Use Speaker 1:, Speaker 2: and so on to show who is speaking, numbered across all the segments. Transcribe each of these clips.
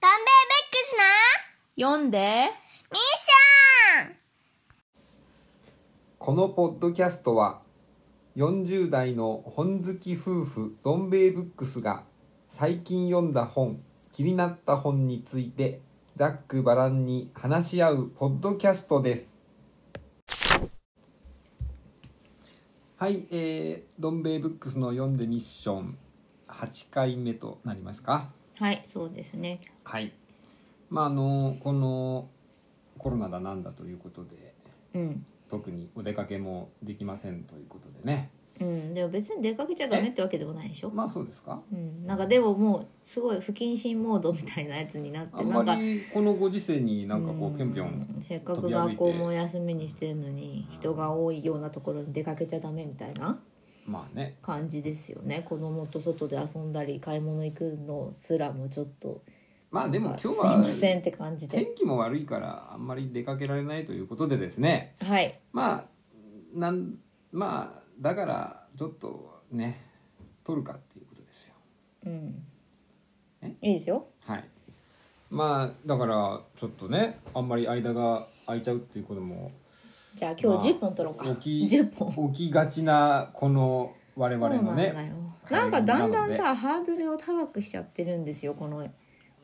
Speaker 1: ダンベー
Speaker 2: 読んで
Speaker 1: ベックスなミッション
Speaker 3: このポッドキャストは40代の本好き夫婦どん兵衛ブックスが最近読んだ本気になった本についてざっくばらんに話し合うポッドキャストですはいえー、どん兵衛ブックスの読んでミッション8回目となりますか
Speaker 2: はいそうですね
Speaker 3: はいまああのこのコロナだなんだということで
Speaker 2: うん
Speaker 3: 特にお出かけもできませんということでね
Speaker 2: うんでも別に出かけちゃダメってわけでもないでしょ
Speaker 3: まあそうですか
Speaker 2: うんなんかでももうすごい不謹慎モードみたいなやつになって
Speaker 3: あん
Speaker 2: なんか
Speaker 3: まりこのご時世になんかこうぴょんぴょん
Speaker 2: うせっかく学校もお休みにしてるのに人が多いようなところに出かけちゃダメみたいな
Speaker 3: まあね
Speaker 2: 感じですよね子供と外で遊んだり買い物行くのすらもちょっと
Speaker 3: まあでも
Speaker 2: なんか
Speaker 3: 今日
Speaker 2: すいません
Speaker 3: は
Speaker 2: って感じで
Speaker 3: 天気も悪いからあんまり出かけられないということでですね
Speaker 2: はい
Speaker 3: まあなんまあだからちょっとね取るかっていうことですよ
Speaker 2: うん
Speaker 3: え
Speaker 2: いいですよ
Speaker 3: はいまあだからちょっとねあんまり間が空いちゃうっていうことも
Speaker 2: じゃあ今日
Speaker 3: まあ
Speaker 2: 10本取ろうか、
Speaker 3: 起き
Speaker 2: 10本
Speaker 3: 起きがちなこの我
Speaker 2: そう
Speaker 3: 々
Speaker 2: なん
Speaker 3: の
Speaker 2: だよ
Speaker 3: ね
Speaker 2: なんかだんだ
Speaker 3: 会話
Speaker 2: ん
Speaker 3: な
Speaker 2: さハードルを高くしちゃってるんですよこの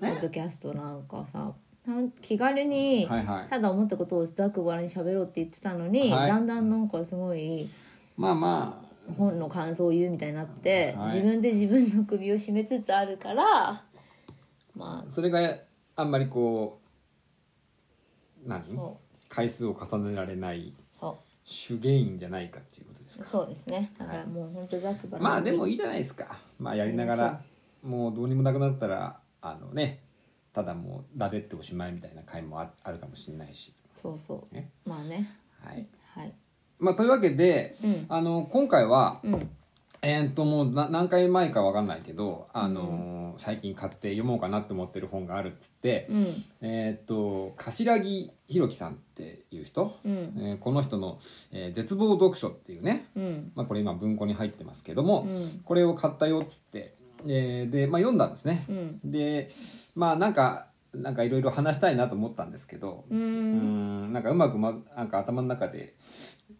Speaker 2: ポッドキャストなんかさなん気軽に
Speaker 3: はいはい
Speaker 2: ただ思ったことをざくばらに喋ろうって言ってたのに、
Speaker 3: はい
Speaker 2: だんだんなんかすごい
Speaker 3: まあま
Speaker 2: 本の感想を言うみたいになって、
Speaker 3: はい
Speaker 2: 自分で自分の首を絞めつつあるから
Speaker 3: あ
Speaker 2: ま
Speaker 3: それがあんまりこう何
Speaker 2: あそう
Speaker 3: 回数を重ねられない
Speaker 2: そ
Speaker 3: 主原因じゃないかっていうことです
Speaker 2: う
Speaker 3: か
Speaker 2: そうですねだからもう本当ざくばらに
Speaker 3: まあでもいいじゃないですかまあやりながらもうどうにもなくなったらあのねただもうだでっておしまいみたいな回もああるかもしれないし
Speaker 2: そうそう、
Speaker 3: ね
Speaker 2: まあね
Speaker 3: はい
Speaker 2: はい
Speaker 3: まあというわけで、
Speaker 2: うん
Speaker 3: あの今回は
Speaker 2: うん
Speaker 3: えーっともうな何回前かわかんないけどあのー最近買って読もうかなって思ってる本があるっつって、
Speaker 2: うん
Speaker 3: えーっと柏木弘樹さんっていう人、
Speaker 2: うん
Speaker 3: えーこの人の、えー絶望読書」っていうね、
Speaker 2: うん
Speaker 3: まあ、これ今文庫に入ってますけども、
Speaker 2: うん
Speaker 3: これを買ったよっつって、えーで、まあ、読んだんですね
Speaker 2: う、ん
Speaker 3: でまあなんかなんかいろいろ話したいなと思ったんですけど、う
Speaker 2: う
Speaker 3: んんなんかうまく、ま、なんか頭の中で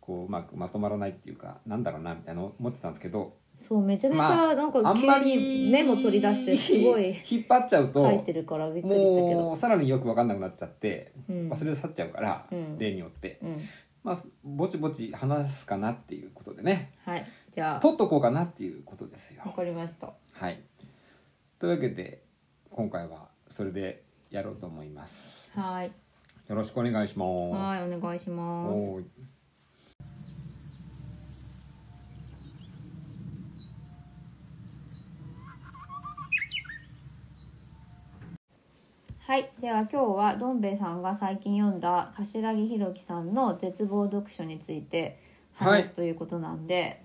Speaker 3: こううまくまとまらないっていうかなんだろうなみたいなの思ってたんですけど
Speaker 2: そうめちゃめちゃ、
Speaker 3: ま
Speaker 2: なん
Speaker 3: あ
Speaker 2: か
Speaker 3: んま
Speaker 2: 急に
Speaker 3: り
Speaker 2: メモ取り出してす ごい
Speaker 3: 引っ張っちゃうと
Speaker 2: 書いてるからびっくりしたけ
Speaker 3: も
Speaker 2: ど
Speaker 3: うさらによく分かんなくなっちゃって
Speaker 2: うん
Speaker 3: 忘れ去っちゃうから、
Speaker 2: うん
Speaker 3: 例によって、
Speaker 2: うん
Speaker 3: まあぼちぼち話すかなっていうことでね
Speaker 2: はいじゃあ
Speaker 3: 取っとこうかなっていうことですよ
Speaker 2: わかりました
Speaker 3: はいというわけで今回はそれでやろうと思います
Speaker 2: はい
Speaker 3: よろしくお願いしま
Speaker 2: はいお願いし
Speaker 3: す
Speaker 2: ます
Speaker 3: おーい
Speaker 2: はいでは今日はどん兵衛さんが最近読んだ柏木弘樹さんの絶望読書について
Speaker 3: はい
Speaker 2: 話すということなんで、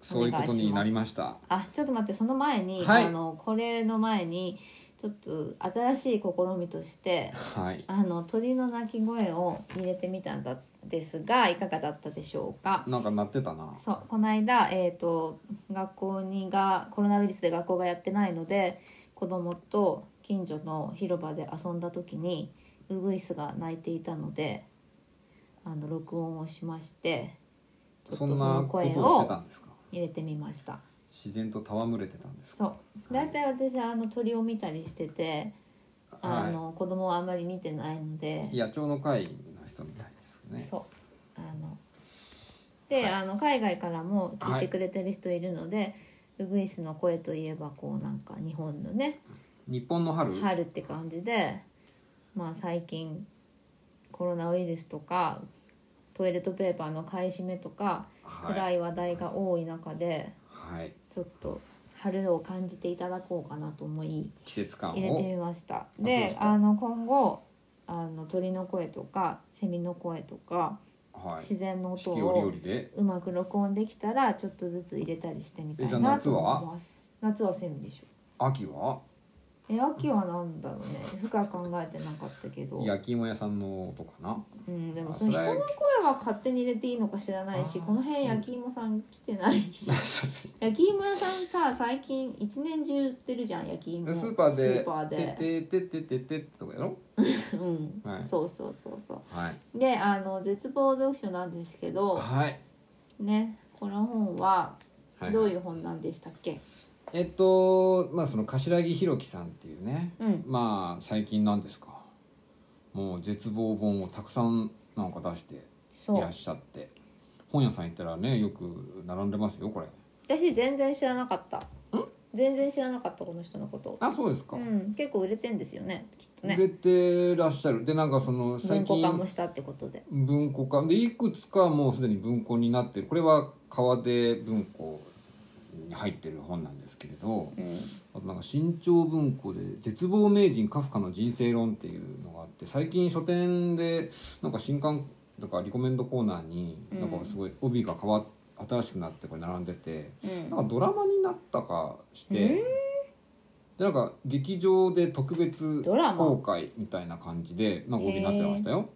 Speaker 3: そういうことになりました
Speaker 2: あちょっと待ってその前に、
Speaker 3: はい
Speaker 2: あのこれの前にちょっと新しい試みとして
Speaker 3: はい
Speaker 2: あの鳥の鳴き声を入れてみたんだですがいかがだったでしょうか
Speaker 3: なんか鳴ってたな
Speaker 2: そうこの間、えー、と学校にがコロナウイルスで学校がやってないので子供と近所の広場で遊んだ時にウグイスが鳴いていたのであの録音をしましてちょっ
Speaker 3: そん
Speaker 2: と
Speaker 3: な
Speaker 2: その
Speaker 3: ことを
Speaker 2: 声
Speaker 3: してた
Speaker 2: を
Speaker 3: んですか
Speaker 2: 入れてみました
Speaker 3: 自然と戯れてたんですか
Speaker 2: そう大体私あの鳥を見たりしててあ
Speaker 3: は
Speaker 2: の子供はあんまり見てないので
Speaker 3: い野鳥の会の人みたいですね
Speaker 2: そうあので、あの海外からも聞いてくれてる人いるので、ウグイスの声といえばこうなんか日本のね
Speaker 3: 日本の春
Speaker 2: 春って感じでまあ最近コロナウイルスとかトイレットペーパーの買い占めとか
Speaker 3: は
Speaker 2: 暗
Speaker 3: い
Speaker 2: い話題が多い中で
Speaker 3: はい
Speaker 2: ちょっと春を感じていただこうかなと思い
Speaker 3: 季節感
Speaker 2: 入れて
Speaker 3: を
Speaker 2: みました
Speaker 3: そうで
Speaker 2: です
Speaker 3: か
Speaker 2: あの今後あの鳥の声とかセミの声とか
Speaker 3: はい
Speaker 2: 自然の音
Speaker 3: 四季
Speaker 2: を
Speaker 3: 折々で
Speaker 2: うまく録音できたらちょっとずつ入れたりしてみたい
Speaker 3: えじゃあ
Speaker 2: な
Speaker 3: 夏
Speaker 2: と
Speaker 3: は
Speaker 2: 思います夏はセミでしょ
Speaker 3: 秋は
Speaker 2: え秋はなんだろうね深く考えてなかったけど
Speaker 3: 焼き芋屋さんの音か な
Speaker 2: うん、でも
Speaker 3: あ
Speaker 2: その
Speaker 3: そ
Speaker 2: 人
Speaker 3: れ
Speaker 2: の声は勝手に入れていいのか知らないし
Speaker 3: あー
Speaker 2: この辺
Speaker 3: そう
Speaker 2: 焼き芋さん来てない し焼き芋屋さんさ最近一年中売ってるじゃん焼き芋
Speaker 3: スーパー
Speaker 2: ス
Speaker 3: で
Speaker 2: ーパーで
Speaker 3: ててててててってとかやろ
Speaker 2: うん、
Speaker 3: はい
Speaker 2: そうそうそうそ
Speaker 3: はい、
Speaker 2: うであの絶望読書なんですけど
Speaker 3: はい
Speaker 2: ねこの本は
Speaker 3: はい、
Speaker 2: どういう本なんでしたっけ、
Speaker 3: えっとまあその柏木弘樹さんっていうね、
Speaker 2: うん
Speaker 3: まあ最近なんですかもう絶望本をたくさんなんか出して
Speaker 2: そ
Speaker 3: いうらっしゃって本屋さん行ったらねよく並んでますよこれ
Speaker 2: 私全然知らなかった全然知らなかったこの人のこと
Speaker 3: あそうですか、
Speaker 2: うん結構売れてんですよねきっと
Speaker 3: 売れ
Speaker 2: ね
Speaker 3: てらっしゃるでなんかその最
Speaker 2: 文庫
Speaker 3: 近
Speaker 2: 化もしたってことで
Speaker 3: 文庫化でいくつかもうすでに文庫になってるこれは川出文庫に入ってる本なんですけれど
Speaker 2: うん
Speaker 3: あとなんか新潮文庫で「絶望名人カフカの人生論」っていうのがあって最近書店でなんか新刊なんかリコメンドコーナーに
Speaker 2: うん
Speaker 3: なんかすごい帯が変わっ新しくなってこれ並んでて
Speaker 2: うん
Speaker 3: なんかドラマになったかして
Speaker 2: うん
Speaker 3: でなんか劇場で特別
Speaker 2: ドラマ
Speaker 3: 公開みたいな感じでなんか帯になってましたよ。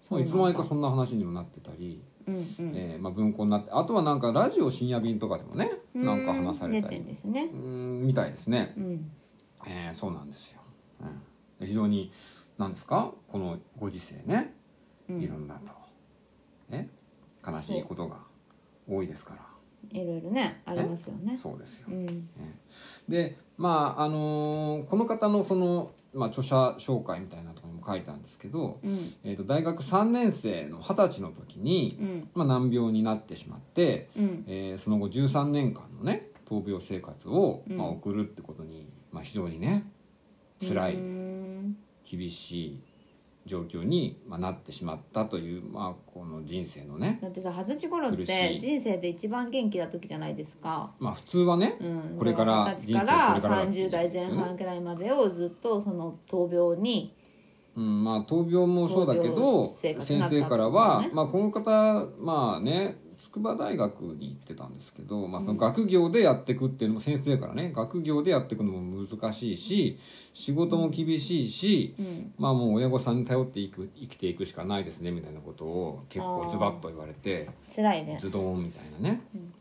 Speaker 2: そ
Speaker 3: まあ
Speaker 2: うな
Speaker 3: つの間
Speaker 2: いんだ
Speaker 3: にかそんな話にもなってたり、
Speaker 2: うんうん
Speaker 3: えーまあ、文庫になってあとはなんかラジオ深夜便とかでもねなんか話された
Speaker 2: 出て
Speaker 3: り
Speaker 2: んですよね
Speaker 3: うーんみたいですね、
Speaker 2: うん
Speaker 3: えーそうなんですよ、うん、非常に何ですかこのご時世ね
Speaker 2: うん
Speaker 3: いろんなと、ね悲しいことが多いですか
Speaker 2: いろいろねありますよ
Speaker 3: ら
Speaker 2: ね
Speaker 3: そうですよ、
Speaker 2: うん
Speaker 3: でまああのーこの方のその、まあ、著者紹介みたいなところにも書いたんですけど、
Speaker 2: うん
Speaker 3: えー、と大学3年生の二十歳の時に、
Speaker 2: うん
Speaker 3: まあ、難病になってしまって、
Speaker 2: うん
Speaker 3: えーその後13年間のね闘病生活を、
Speaker 2: うん
Speaker 3: まあ、送るってことに、まあ、非常にね辛い
Speaker 2: うん
Speaker 3: 厳しい状況に、まあ、なってしまったという、まあ、この人生のね
Speaker 2: だってさ二十歳頃っ
Speaker 3: 苦してい
Speaker 2: 人生で一番元気な時じゃないですか
Speaker 3: まあ普通はね
Speaker 2: うん
Speaker 3: これから
Speaker 2: 二十歳
Speaker 3: 人生これ
Speaker 2: から
Speaker 3: からだって
Speaker 2: 30代前半くらいまでをずっとその闘病に
Speaker 3: うんまあ闘病もそうだけど
Speaker 2: 闘病生活
Speaker 3: 先
Speaker 2: になった
Speaker 3: 生からは、
Speaker 2: ってことね
Speaker 3: まあ、この方まあね筑波大学に行ってたんですけど、まあ、その学業でやっていくっていうのも先生からね学業でやっていくのも難しいし仕事も厳しいし、
Speaker 2: うん
Speaker 3: まあもう親御さんに頼っていく生きていくしかないですねみたいなことを結構ズバッと言われて
Speaker 2: 辛いね
Speaker 3: ズドーンみたいなね、
Speaker 2: うん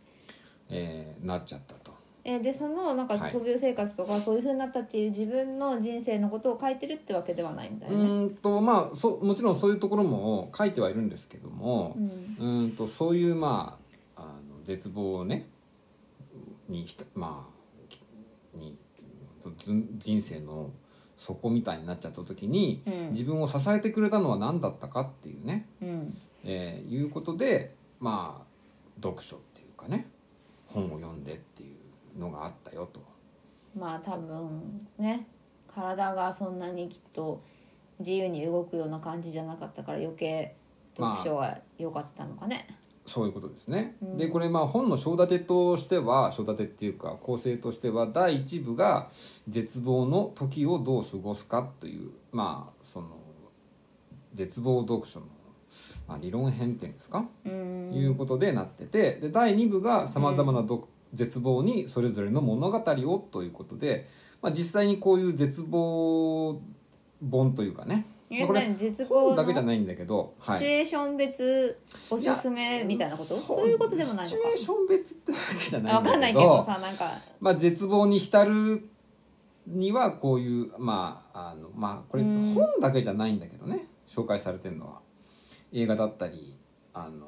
Speaker 3: えーなっちゃったと。
Speaker 2: えーでそのなんか
Speaker 3: はい
Speaker 2: 闘病生活とかそういう風になったっていう自分の人生のことを書いてるってわけではないんだ
Speaker 3: う
Speaker 2: よね
Speaker 3: ーんとまあそもちろんそういうところも書いてはいるんですけども、
Speaker 2: うん
Speaker 3: うーんとそういうまああの絶望をねにひたまあきにず人生の底みたいになっちゃった時に、
Speaker 2: うん
Speaker 3: 自分を支えてくれたのは何だったかっていうね、
Speaker 2: うん
Speaker 3: えーいうことでまあ読書っていうかね本を読んでっていうのがあったよと。
Speaker 2: まあ多分ね体がそんなにきっと自由に動くような感じじゃなかったから余計読書は良かったのかね、
Speaker 3: そういうことですね、
Speaker 2: うん
Speaker 3: でこれまあ本の章立てとしては章立てっていうか構成としては第一部が「絶望の時をどう過ごすか」というまあその絶望読書の、まあ、理論編っていうんですか、
Speaker 2: うーん
Speaker 3: いうことでなっててで第二部がさまざまなど、絶望にそれぞれの物語をということで、まあ、実際にこういう絶望本というかね、ま
Speaker 2: え
Speaker 3: あ、これ
Speaker 2: 何絶望
Speaker 3: 本だけじゃ
Speaker 2: の
Speaker 3: ないんだけど、
Speaker 2: シ
Speaker 3: はい
Speaker 2: チュエーション別おすすめみたいなことそういうことでもない
Speaker 3: シ
Speaker 2: の
Speaker 3: チュエーション別ってわけじゃない
Speaker 2: か
Speaker 3: ん
Speaker 2: 分
Speaker 3: だ
Speaker 2: かんない
Speaker 3: け
Speaker 2: けど
Speaker 3: ど
Speaker 2: さなんか
Speaker 3: まあ絶望に浸るにはこういうまああのまあこれ
Speaker 2: うん
Speaker 3: 本だけじゃないんだけどね紹介されてるのは映画だったりあの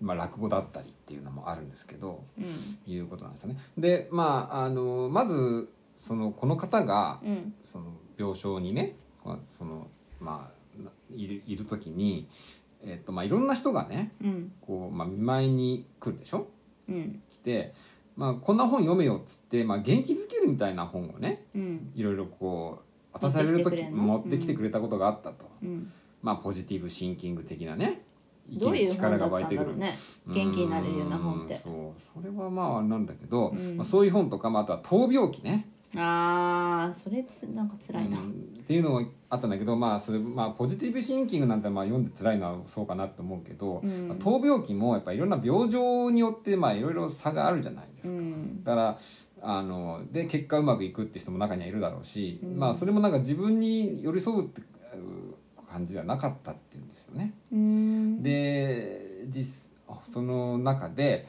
Speaker 3: まあ落語だったりっていうのもあるんですけど
Speaker 2: うん
Speaker 3: いうことなんですよね。でまああのまずそのこの方が
Speaker 2: うん
Speaker 3: その病床にねまあそのまあないるいる時にえっとまあいろんな人がね
Speaker 2: うん
Speaker 3: こう、まあ、見舞いに来るでしょ
Speaker 2: うん
Speaker 3: 来て、まあ、こんな本読めよっつって、まあ、元気づけるみたいな本をね
Speaker 2: うん
Speaker 3: いろいろこう渡される時持
Speaker 2: 持
Speaker 3: っ
Speaker 2: ってて
Speaker 3: き
Speaker 2: き
Speaker 3: て
Speaker 2: て
Speaker 3: く
Speaker 2: く
Speaker 3: れたことがあったと、
Speaker 2: うん
Speaker 3: まあ、ポジティブシンキング的なね
Speaker 2: どういう本
Speaker 3: 力
Speaker 2: だ
Speaker 3: が
Speaker 2: った
Speaker 3: 湧い
Speaker 2: ん
Speaker 3: てく
Speaker 2: だろ
Speaker 3: る
Speaker 2: うね元気になれるような本って
Speaker 3: ーんそうそれはまああれなんだけど、
Speaker 2: うん
Speaker 3: まあ、そういう本とか、まあ、あとは闘病記ね
Speaker 2: あーそれつなんか辛いな、
Speaker 3: うんっていうのがあったんだけど、まあそれまあ、ポジティブシンキングなんてまあ読んで辛いのはそうかなと思うけど、
Speaker 2: うん
Speaker 3: まあ闘病期もやっぱいろんな病状によってまあいろいろ差があるじゃないですか、
Speaker 2: うん
Speaker 3: だからあので結果うまくいくって人も中にはいるだろうし、
Speaker 2: うん
Speaker 3: まあそれもなんか自分に寄り添うってうん感じではなかったっていうんですよね。
Speaker 2: うん
Speaker 3: で実その中で、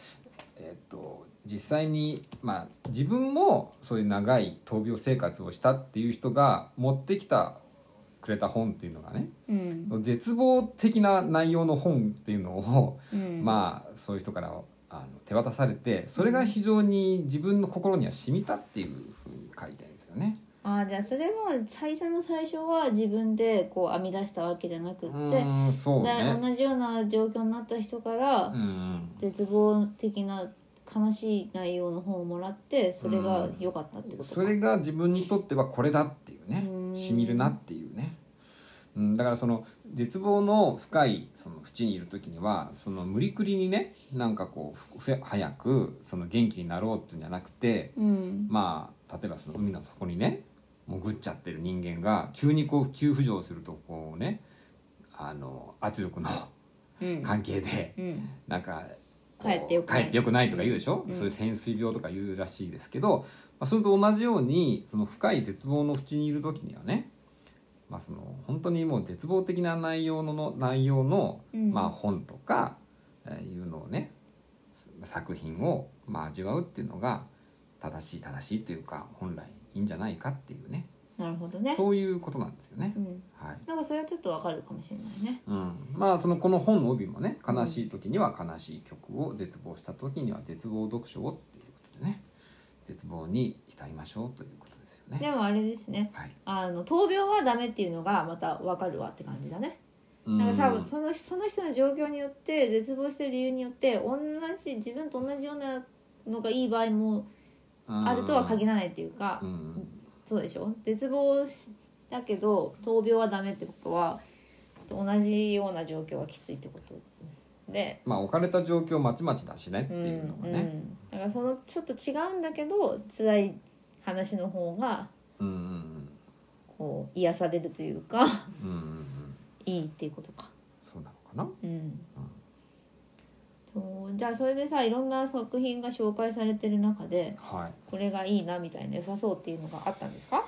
Speaker 3: えっと実際に、まあ、自分もそういう長い闘病生活をしたっていう人が持ってきたくれた本っていうのがね
Speaker 2: うん
Speaker 3: 絶望的な内容の本っていうのを
Speaker 2: うん
Speaker 3: まあそういう人からあの手渡されてそれが非常に自分の心には染みたっていうふうに書いてあるんですよね。
Speaker 2: あーじゃあそれは最初の最初は自分でこう編み出したわけじゃなく
Speaker 3: う
Speaker 2: って、
Speaker 3: ーんそう
Speaker 2: だから
Speaker 3: ね
Speaker 2: 同じような状況になった人から
Speaker 3: うん
Speaker 2: 絶望的な悲しい内容の本をもらってそれが良かったってことか、
Speaker 3: それが自分にとってはこれだっていうね
Speaker 2: うん
Speaker 3: しみるなっていうね、うん、だからその絶望の深いその淵にいる時にはその無理くりにねなんかこうふふ早くその元気になろうっていうんじゃなくて
Speaker 2: うん
Speaker 3: まあ例えばその海の底にね潜っちゃってる人間が急にこう急浮上するとこうねあの圧力の
Speaker 2: うん
Speaker 3: 関係で
Speaker 2: うん
Speaker 3: なんかこう
Speaker 2: 帰ってよくない
Speaker 3: 帰ってよくないとか言うでしょ、
Speaker 2: うん
Speaker 3: そういう潜水病とか言うらしいですけど、まあ、それと同じようにその深い絶望の淵にいる時にはね、まあ、その本当にもう絶望的な内容のの内容の、
Speaker 2: うん
Speaker 3: まあ、本とかえーいうのをねす作品をまあ味わうっていうのが正しい正しいというか本来いいんじゃないかっていうね
Speaker 2: なるほどね
Speaker 3: そういうことなんですよね
Speaker 2: う。ん
Speaker 3: はい
Speaker 2: なんかそれはちょっとわかるかもしれないね
Speaker 3: うん、まあそのこの本の帯もね悲しい時には悲しい曲を絶望した時には絶望読書をっていうことでね絶望に浸りましょうということですよね。
Speaker 2: でもあれですね
Speaker 3: はい、
Speaker 2: あの闘病はダメっていうのがまたわかるわって感じだねなんか
Speaker 3: う
Speaker 2: さそのその人の状況によって絶望してる理由によって同じ自分と同じようなのがいい場合もあるとは限らないっていうか、
Speaker 3: うん
Speaker 2: そうでしょ絶望しだけど闘病はダメってことはちょっと同じような状況はきついってことで、
Speaker 3: まあ置かれた状況まちまちだしねって
Speaker 2: うん
Speaker 3: いうのが
Speaker 2: う
Speaker 3: ね。
Speaker 2: ん、だからそのちょっと違うんだけど辛い話の方が
Speaker 3: うんうん
Speaker 2: こう癒されるというか
Speaker 3: うんうんうんうん
Speaker 2: いいっていうことか。
Speaker 3: そうなのかな。
Speaker 2: うんそうじゃあそれでさいろんな作品が紹介されてる中で
Speaker 3: はい。
Speaker 2: これがいいなみたいな良さそうっていうのがあったんですか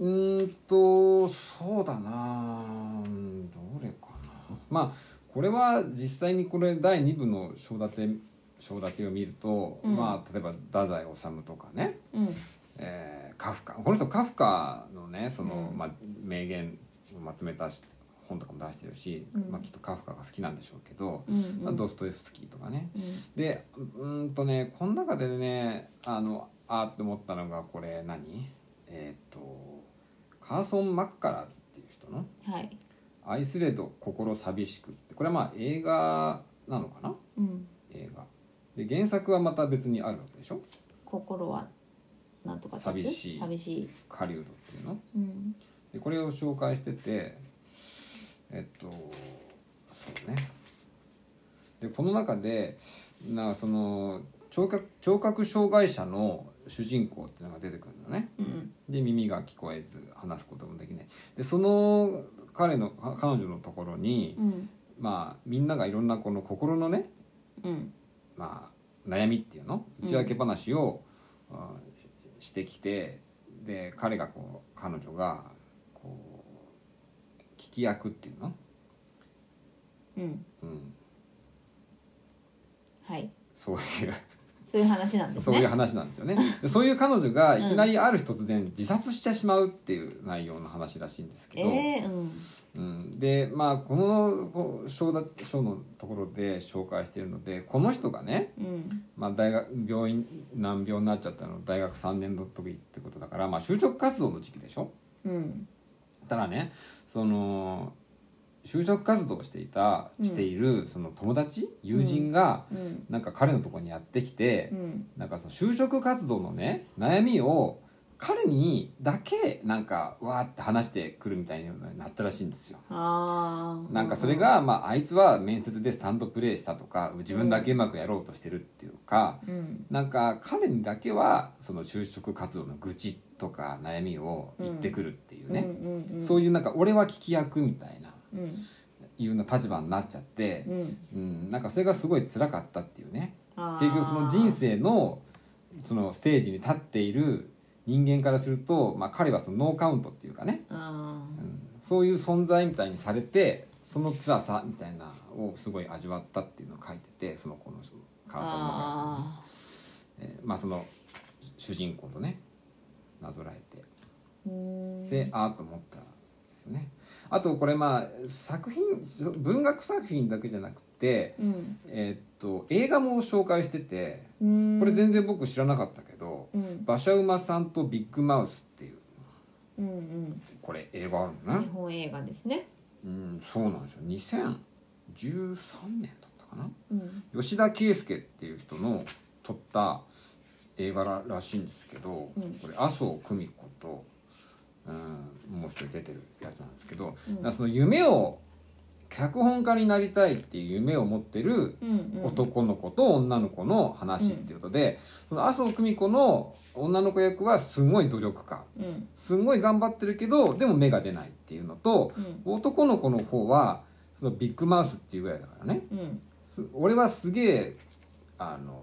Speaker 3: うーんとそうだなうんどれかなまあこれは実際にこれ第2部の章立て章立てを見ると、
Speaker 2: うん
Speaker 3: まあ例えば太宰治とかね、
Speaker 2: うん
Speaker 3: えーカフカこの人カフカのねその、
Speaker 2: うん
Speaker 3: まあ、名言をまとめたし本とかも出してるし、
Speaker 2: うん
Speaker 3: まあ、きっとカフカが好きなんでしょうけど、
Speaker 2: うん
Speaker 3: まあ、ドストエフスキーとかね
Speaker 2: うん
Speaker 3: でうーんとねこの中でねあのあーって思ったのがこれ何えーっ、とカーソン・マッカラーズっていう人の
Speaker 2: はい
Speaker 3: 「愛すれど心寂しく」ってこれはまあ映画なのかな
Speaker 2: うん
Speaker 3: 映画で原作はまた別にあるわけでしょ
Speaker 2: 心はなんとかってやつ
Speaker 3: 寂しい
Speaker 2: 寂しい、
Speaker 3: 狩人っていうの
Speaker 2: うん、
Speaker 3: でこれを紹介しててえっとそうねでこの中でなその聴覚聴覚障害者の主人公っていうのが出てくるのね
Speaker 2: うん
Speaker 3: で耳が聞こえず話すこともできないでその彼のか彼女のところに、
Speaker 2: うん
Speaker 3: まあみんながいろんなこの心のね、
Speaker 2: うん
Speaker 3: まあ、悩みっていうの
Speaker 2: うん
Speaker 3: 内訳話を、あーししてきてで彼がこう彼女がこう聞き役っていうの、
Speaker 2: うん
Speaker 3: うん、
Speaker 2: はい
Speaker 3: そういう
Speaker 2: そういう話なんです
Speaker 3: そういう
Speaker 2: ね
Speaker 3: 話なんですよねでそういう彼女が
Speaker 2: うん
Speaker 3: いきなりある日突然自殺してしまうっていう内容の話らしいんですけど、
Speaker 2: ええうん
Speaker 3: うん、でまあこのこう章だ章のところで紹介しているのでこの人がね
Speaker 2: うん
Speaker 3: まあ、大学病院難病になっちゃったの大学3年の時ってことだから、まあ、就職活動の時期でしょ
Speaker 2: うん
Speaker 3: ただねその就職活動をしていた
Speaker 2: うん
Speaker 3: しているその友達、友人が
Speaker 2: うん
Speaker 3: なんか彼のところにやってきて
Speaker 2: う、ん
Speaker 3: なんかその就職活動のね悩みを彼にだけなんかわーって話してくるみたいになったらしいんですよ。
Speaker 2: ああ
Speaker 3: なんかそれが、まあ、あいつは面接でスタンドプレーしたとか自分だけうまくやろうとしてるっていうか、
Speaker 2: うん
Speaker 3: なんか彼にだけはその就職活動の愚痴とか悩みを言ってくるっていう
Speaker 2: う
Speaker 3: ね、
Speaker 2: んうんうん
Speaker 3: そういうなんか俺は聞き役みたいな
Speaker 2: うん
Speaker 3: いうような立場になっちゃって
Speaker 2: う、ん
Speaker 3: うんなんかそれがすごい辛かったっていうね
Speaker 2: あー
Speaker 3: 結局その人生のそのステージに立っている人間からすると、まあ、彼はそのノーカウントっていうかね、
Speaker 2: あ
Speaker 3: う
Speaker 2: ー
Speaker 3: ん、そういう存在みたいにされてその辛さみたいなのをすごい味わったっていうのを書いててその子の人母さんの中で
Speaker 2: あ
Speaker 3: えーまあその主人公とねなぞらえて
Speaker 2: ーうーん
Speaker 3: でああと思ったんですよねあとこれまあ作品文学作品だけじゃなくて
Speaker 2: うん
Speaker 3: えーっと映画も紹介してて
Speaker 2: うーん
Speaker 3: これ全然僕知らなかったけど、
Speaker 2: うん
Speaker 3: 馬車馬さんとビッグマウスっていう
Speaker 2: うんうん
Speaker 3: これ映画あるんだ
Speaker 2: 日
Speaker 3: ね
Speaker 2: 本映画ですね
Speaker 3: うんそうなんですよ2013年だったかな
Speaker 2: うん
Speaker 3: 吉田圭佑っていう人の撮った映画ららしいんですけど、
Speaker 2: うん
Speaker 3: これ麻生久美子と、うん、もう一人出てるやつなんですけど、
Speaker 2: うん
Speaker 3: だからその夢を脚本家になりたいっていう夢を持ってる
Speaker 2: うんうん
Speaker 3: 男の子と女の子の話っていうことで、その麻生久美子の女の子役はすごい努力家
Speaker 2: うん
Speaker 3: すごい頑張ってるけどでも芽が出ないっていうのと
Speaker 2: うん
Speaker 3: 男の子の方はそのビッグマウスっていうぐらいだからね
Speaker 2: うん
Speaker 3: す俺はすげえあの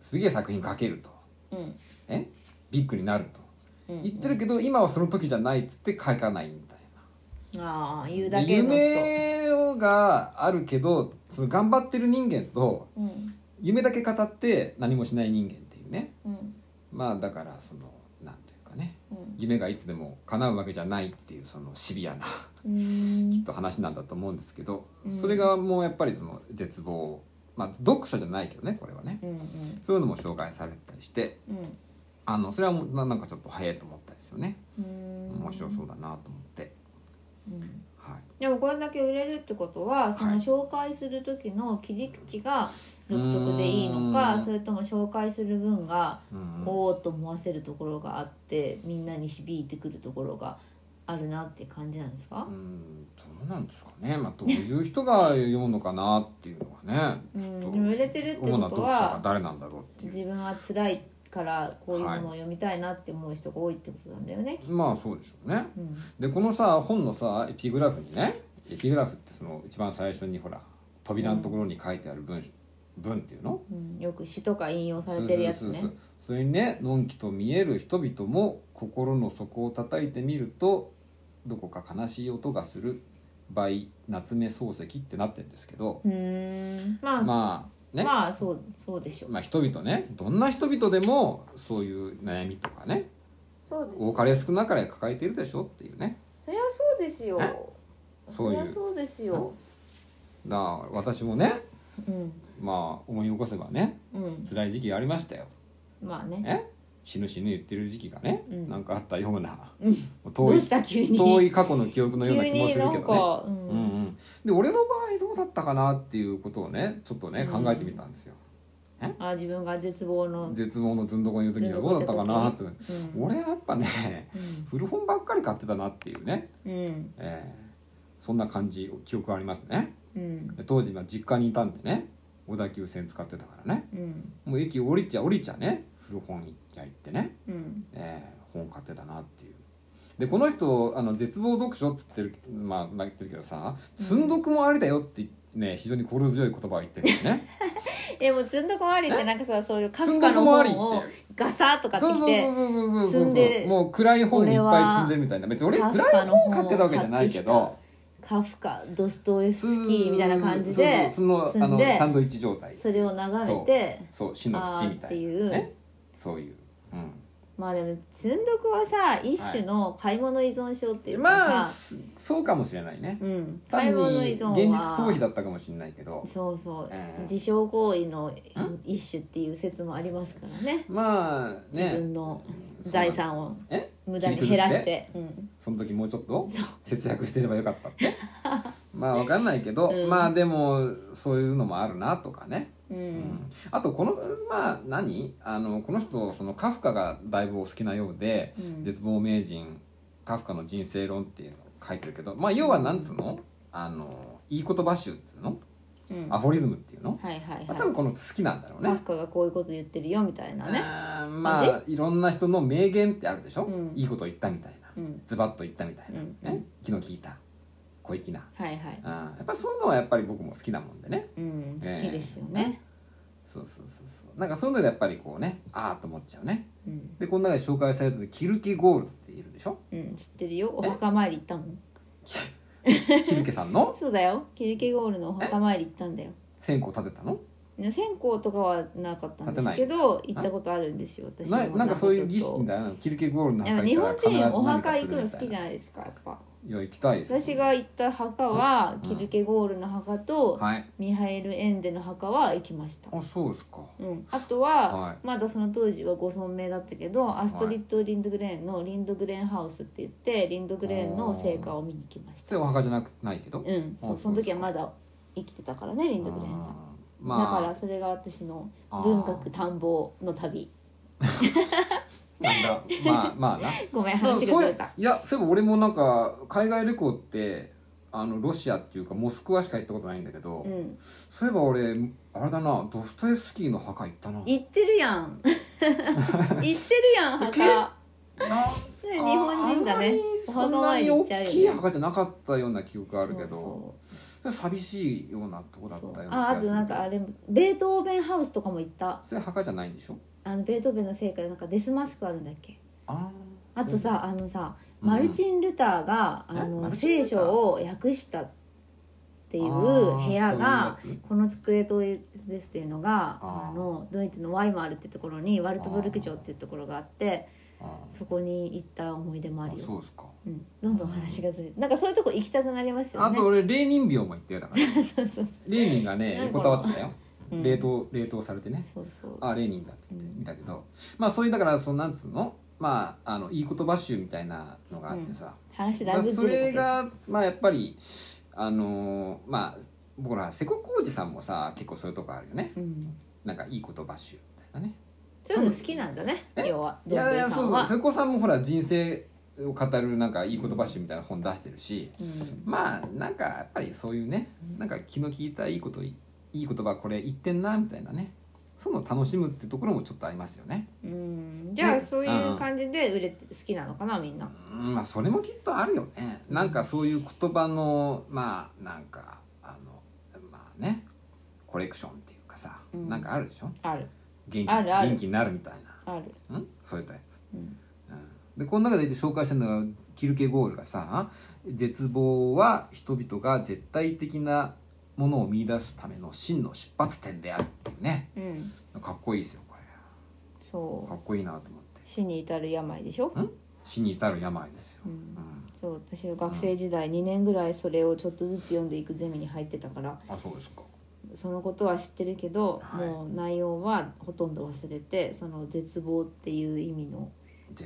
Speaker 3: すげえ作品書けると
Speaker 2: うん
Speaker 3: えビッグになると
Speaker 2: うん
Speaker 3: 言ってるけど、今はその時じゃないっつって書かないみたい
Speaker 2: ああ言う
Speaker 3: な
Speaker 2: だけの人
Speaker 3: 夢をがあるけどその頑張ってる人間と
Speaker 2: うん
Speaker 3: 夢だけ語って何もしない人間っていうね
Speaker 2: うん
Speaker 3: まあだからそのなんていうかね
Speaker 2: うん
Speaker 3: 夢がいつでも叶うわけじゃないっていうそのシビアな
Speaker 2: うーん
Speaker 3: きっと話なんだと思うんですけど、
Speaker 2: うん
Speaker 3: それがもうやっぱりその絶望まあ読書じゃないけどねこれはね
Speaker 2: うんうん
Speaker 3: そういうのも紹介されたりして
Speaker 2: うん
Speaker 3: あのそれはもうななんかちょっと早いと思ったんですよね
Speaker 2: うーん
Speaker 3: 面白そうだなと思って、
Speaker 2: うん
Speaker 3: はい、
Speaker 2: でもこれだけ売れるってことはその
Speaker 3: はい
Speaker 2: 紹介する時の切り口が独特でいいの
Speaker 3: う
Speaker 2: か
Speaker 3: ーん
Speaker 2: それとも紹介する分が
Speaker 3: うん
Speaker 2: おおと思わせるところがあってみんなに響いてくるところがあるなって感じなんですか
Speaker 3: う、んどうなんですかね、まあ、どういう人が読むのかなっていうのがね
Speaker 2: うん
Speaker 3: ちょっと
Speaker 2: でも売れてるってことは
Speaker 3: 主な読者が誰なんだろうってい
Speaker 2: 自
Speaker 3: う
Speaker 2: 分は辛いからこういうものを読みたいなって思う人が多いってことなんだよね、
Speaker 3: まあそうでしょうね
Speaker 2: うん
Speaker 3: でこのさ本のさエピグラフにねエピグラフってその一番最初にほら扉のところに書いてある文,、文っていうの
Speaker 2: うん、よく詩とか引用されてるやつ
Speaker 3: そうそう
Speaker 2: ね
Speaker 3: そうそうそれにねのんきと見える人々も心の底を叩いてみるとどこか悲しい音がする倍夏目漱石ってなってるんですけど、
Speaker 2: うーんまあ、ま
Speaker 3: まあ
Speaker 2: あ
Speaker 3: ね、
Speaker 2: そうそうでしょう
Speaker 3: まあ、人々ねどんな人々でもそういう悩みとかね
Speaker 2: そうです
Speaker 3: 多かれ少なかれ抱えているでしょっていうね
Speaker 2: そりゃそうですよ
Speaker 3: え
Speaker 2: そ
Speaker 3: そうい
Speaker 2: り
Speaker 3: う
Speaker 2: ゃそうですよ
Speaker 3: だから私もね
Speaker 2: うん
Speaker 3: まあ思い起こせばね
Speaker 2: うん
Speaker 3: 辛い時期がありましたよ
Speaker 2: まあね
Speaker 3: え死ぬ死ぬ言ってる時期がね、
Speaker 2: うん
Speaker 3: なんかあったような
Speaker 2: うん
Speaker 3: もう
Speaker 2: ど
Speaker 3: 遠
Speaker 2: う
Speaker 3: い
Speaker 2: した 急に
Speaker 3: 遠い過去の記憶のような
Speaker 2: 急
Speaker 3: 気も
Speaker 2: に
Speaker 3: する
Speaker 2: な
Speaker 3: け
Speaker 2: ん
Speaker 3: どね
Speaker 2: か、うん
Speaker 3: うんうん、で俺の場合どうだったかなっていうことをねちょっとね考えてみたんですよ、
Speaker 2: あ自分が絶望の、うん
Speaker 3: 絶望のずんどこにいる時にはどうだったかなって俺はやっぱね
Speaker 2: うん
Speaker 3: 古本ばっかり買ってたなっていうね、
Speaker 2: うん
Speaker 3: えーそんな感じ記憶がありますね
Speaker 2: うん
Speaker 3: 当時は実家にいたんでね小田急線使ってたからね
Speaker 2: うん
Speaker 3: もう駅降りちゃ降りちゃね古本屋行ってね、
Speaker 2: うん
Speaker 3: えー本買ってたなっていうでこの人あの絶望読書って言ってるまあまあ言ってるけどさ積んどくもありだよってね非常に心強い言葉を言ってるんですね
Speaker 2: でも積んどこ回りってなんかさそういうカ
Speaker 3: 積
Speaker 2: フ
Speaker 3: んど
Speaker 2: カ
Speaker 3: く
Speaker 2: の
Speaker 3: もあり
Speaker 2: 本を
Speaker 3: って
Speaker 2: ガサッと買って
Speaker 3: そう
Speaker 2: き
Speaker 3: そう
Speaker 2: て
Speaker 3: そうそうそうそう
Speaker 2: 積んで
Speaker 3: もう暗い本にいっぱい積んでるみたいな別に俺
Speaker 2: カフ
Speaker 3: 暗
Speaker 2: カ
Speaker 3: い
Speaker 2: の本
Speaker 3: 本
Speaker 2: を
Speaker 3: 買ってたわけじゃないけど
Speaker 2: カフカドストエフ
Speaker 3: ス
Speaker 2: スキーみたいな感じで
Speaker 3: そうそうそのあ
Speaker 2: 積ん
Speaker 3: の
Speaker 2: で
Speaker 3: サンドイッチ状態
Speaker 2: それを眺めて
Speaker 3: そう死の
Speaker 2: あ
Speaker 3: 淵
Speaker 2: ー
Speaker 3: み
Speaker 2: ったて
Speaker 3: い
Speaker 2: いう
Speaker 3: なねそういう、う
Speaker 2: まあでも積んどくはさ一種の買い物依存症ってい
Speaker 3: ん、
Speaker 2: うかさ、
Speaker 3: まあすそうかもしれないね
Speaker 2: うん、買い
Speaker 3: 単に
Speaker 2: 物依
Speaker 3: 現実
Speaker 2: 存は
Speaker 3: 逃避だったかもしれないけど
Speaker 2: そうそう、
Speaker 3: ええ
Speaker 2: 自傷行為の一種っていう説もありますからね
Speaker 3: まあ
Speaker 2: 自
Speaker 3: ね
Speaker 2: 分の財産を
Speaker 3: え
Speaker 2: 無駄に
Speaker 3: 切り
Speaker 2: 減
Speaker 3: 崩
Speaker 2: ら
Speaker 3: して
Speaker 2: してうん
Speaker 3: その時もうちょっと
Speaker 2: そう
Speaker 3: 節約してればよかったって まあわかんないけど、
Speaker 2: うん
Speaker 3: まあでもそういうのもあるなとかね
Speaker 2: う
Speaker 3: うんんあとこのまあ何あのこの人そのカフカがだいぶお好きなようで、
Speaker 2: うん
Speaker 3: 絶望名人カフカの人生論っていうのを書いてるけどまあ要はなんつうのあのいい言葉集っつうの、
Speaker 2: うん
Speaker 3: アフォリズムっていうの、
Speaker 2: はいはい
Speaker 3: まあ、多分
Speaker 2: は
Speaker 3: この人好きなんだろう
Speaker 2: いカ
Speaker 3: ね
Speaker 2: フ。カがこういうこと言ってるよみたいなね
Speaker 3: あーまあいろんな人の名言ってあるでしょ、
Speaker 2: うん
Speaker 3: いいこと言ったみたいな、
Speaker 2: うん
Speaker 3: ズバッと言ったみたいな、
Speaker 2: うん
Speaker 3: ね、気の利いた小粋な
Speaker 2: はいはい
Speaker 3: あーやっぱそういうのはやっぱり僕も好きなもんでね
Speaker 2: うん好
Speaker 3: ええ
Speaker 2: きですよね
Speaker 3: そうそうそうそうなんかそういうのでやっぱりこうねああと思っちゃうね
Speaker 2: うん、
Speaker 3: でこの中で紹介されてるキルケゴールっているで しょ
Speaker 2: うん、知ってるよお墓参り行ったもん
Speaker 3: キルケさんの
Speaker 2: そうだよキルケゴールのお墓参り行ったんだよ
Speaker 3: 線香立てたの
Speaker 2: ね線香とかはなかったんですけど行ったことあるんですよ私も
Speaker 3: ななんかそういう儀式み
Speaker 2: だ
Speaker 3: たいなのキルケゴールの
Speaker 2: いや日本
Speaker 3: 必ず
Speaker 2: 人お
Speaker 3: 何
Speaker 2: 墓
Speaker 3: か
Speaker 2: 行
Speaker 3: す
Speaker 2: く
Speaker 3: るみ
Speaker 2: の
Speaker 3: た
Speaker 2: 好
Speaker 3: い
Speaker 2: きじ
Speaker 3: な
Speaker 2: ゃないですかやっぱ
Speaker 3: いや行きたいです
Speaker 2: 私が行った墓は、
Speaker 3: うん
Speaker 2: キルケゴールの墓と、
Speaker 3: はい
Speaker 2: ミハエル・エンデの墓は行きました
Speaker 3: あそうですか
Speaker 2: うん、あとは、
Speaker 3: はい
Speaker 2: まだその当時はご存命だったけどアストリッド・リンドグレーンのリンドグレーンハウスって言ってリンドグレーンの成果を見に来まし
Speaker 3: そ
Speaker 2: た
Speaker 3: れお墓じゃなくないけど、
Speaker 2: うん
Speaker 3: あそう
Speaker 2: そうその時はまだ生きてたからねリンドグレーンさん、
Speaker 3: あーまあ、
Speaker 2: だからそれが私の文学探訪の旅
Speaker 3: あーなんだまあまあな
Speaker 2: ごめん
Speaker 3: まあ
Speaker 2: 話が
Speaker 3: そう
Speaker 2: ず
Speaker 3: や
Speaker 2: れた
Speaker 3: いやそういえば俺もなんか海外旅行ってあのロシアっていうかモスクワしか行ったことないんだけど、
Speaker 2: うん
Speaker 3: そういえば俺あれだなドフトエフスキーの墓行ったな
Speaker 2: 行ってるや ん行ってるやん墓
Speaker 3: な
Speaker 2: ね日本人
Speaker 3: あん
Speaker 2: がね
Speaker 3: まりそん
Speaker 2: お墓
Speaker 3: な
Speaker 2: 参り
Speaker 3: に
Speaker 2: 行
Speaker 3: 大
Speaker 2: っちゃうよね
Speaker 3: きい墓じゃなかったような記憶があるけど
Speaker 2: そう
Speaker 3: 寂しいようなとこだ
Speaker 2: そう
Speaker 3: った
Speaker 2: そ
Speaker 3: よ
Speaker 2: う
Speaker 3: うな
Speaker 2: あ
Speaker 3: 気
Speaker 2: あ
Speaker 3: がす
Speaker 2: と
Speaker 3: る
Speaker 2: なんかあれベートーベンハウスとかも行った
Speaker 3: それ墓じゃないんでしょ
Speaker 2: あのベートーベンの成果でなんかデスマスクあるんだっけ
Speaker 3: あ
Speaker 2: あとさあのさ
Speaker 3: うん
Speaker 2: マルチン・ルターが、
Speaker 3: え
Speaker 2: あ
Speaker 3: マ
Speaker 2: の
Speaker 3: ルチンル
Speaker 2: 聖
Speaker 3: ター
Speaker 2: 書を訳したっ
Speaker 3: て
Speaker 2: ていう部屋が
Speaker 3: そういうやつ
Speaker 2: この机とですっていうのが
Speaker 3: あー
Speaker 2: あのドイツのワイマールってところにワルトブルク城っていうところがあって
Speaker 3: あー
Speaker 2: そこに行った思い出もあ
Speaker 3: あ
Speaker 2: るよ
Speaker 3: そうですか
Speaker 2: うん、どんどん話がずれてなんかそういうとこ行きたくなりますよ
Speaker 3: あ
Speaker 2: ね
Speaker 3: と俺レーニン病も行ったよだから
Speaker 2: そうそう
Speaker 3: レーニンがね
Speaker 2: なんか
Speaker 3: 横たわってたよ、
Speaker 2: うん
Speaker 3: 冷凍冷凍されてね
Speaker 2: そうそう
Speaker 3: あレーニンだっつって
Speaker 2: うん
Speaker 3: 見たけど、まあそういうだからそのなんつうのまああのいい言葉集みたいなのがあってさ、
Speaker 2: 話
Speaker 3: ま
Speaker 2: だい
Speaker 3: あ、
Speaker 2: ぶ
Speaker 3: そ
Speaker 2: ずれた
Speaker 3: れ
Speaker 2: けど
Speaker 3: がまあやっぱりあのーまあ僕ら瀬古浩二さんもさ結構そういうとこあるよね
Speaker 2: うん
Speaker 3: なんかいい言葉集みたいなね
Speaker 2: そういうの好きなんだね
Speaker 3: え
Speaker 2: 要はい
Speaker 3: やいやそう
Speaker 2: ドンペイ
Speaker 3: そう
Speaker 2: は
Speaker 3: 瀬古さんもほら人生を語るなんかいい言葉集みたいな本出してるし、
Speaker 2: うん
Speaker 3: まあなんかやっぱりそういうねなんか気の利いたいいこといいい言葉これ言ってんなみたいなねそういうのを楽しむってところもちょっとありますよね
Speaker 2: うんじ
Speaker 3: ね
Speaker 2: ゃあそういう感じで売れて好きなのかなみんな
Speaker 3: うんまあそれもきっとあるよねなんかそういう言葉のまあなんかあのまあねコレクションっていうかさ、
Speaker 2: うん
Speaker 3: なんかあるでしょ
Speaker 2: ある
Speaker 3: 元気
Speaker 2: あるある
Speaker 3: 元気になるみたいな
Speaker 2: ある、
Speaker 3: うんそういったやつ
Speaker 2: うん
Speaker 3: でこの中で紹介してるのがキルケゴールがさ絶望は人々が絶対的なものを見出すための真の出発点であるっていうね
Speaker 2: うん、
Speaker 3: かっこいいですよこれ
Speaker 2: そ
Speaker 3: か
Speaker 2: う
Speaker 3: っこいいなと思って
Speaker 2: 死に至る病でしょ、
Speaker 3: 死に至る病ですよ、
Speaker 2: う、
Speaker 3: うんん、
Speaker 2: そう私は学生時代2年ぐらいそれをちょっとずつ読んでいくゼミに入ってたから
Speaker 3: あそうですか
Speaker 2: そのことは知ってるけど、
Speaker 3: はい
Speaker 2: もう内容はほとんど忘れてその絶望っていう意味の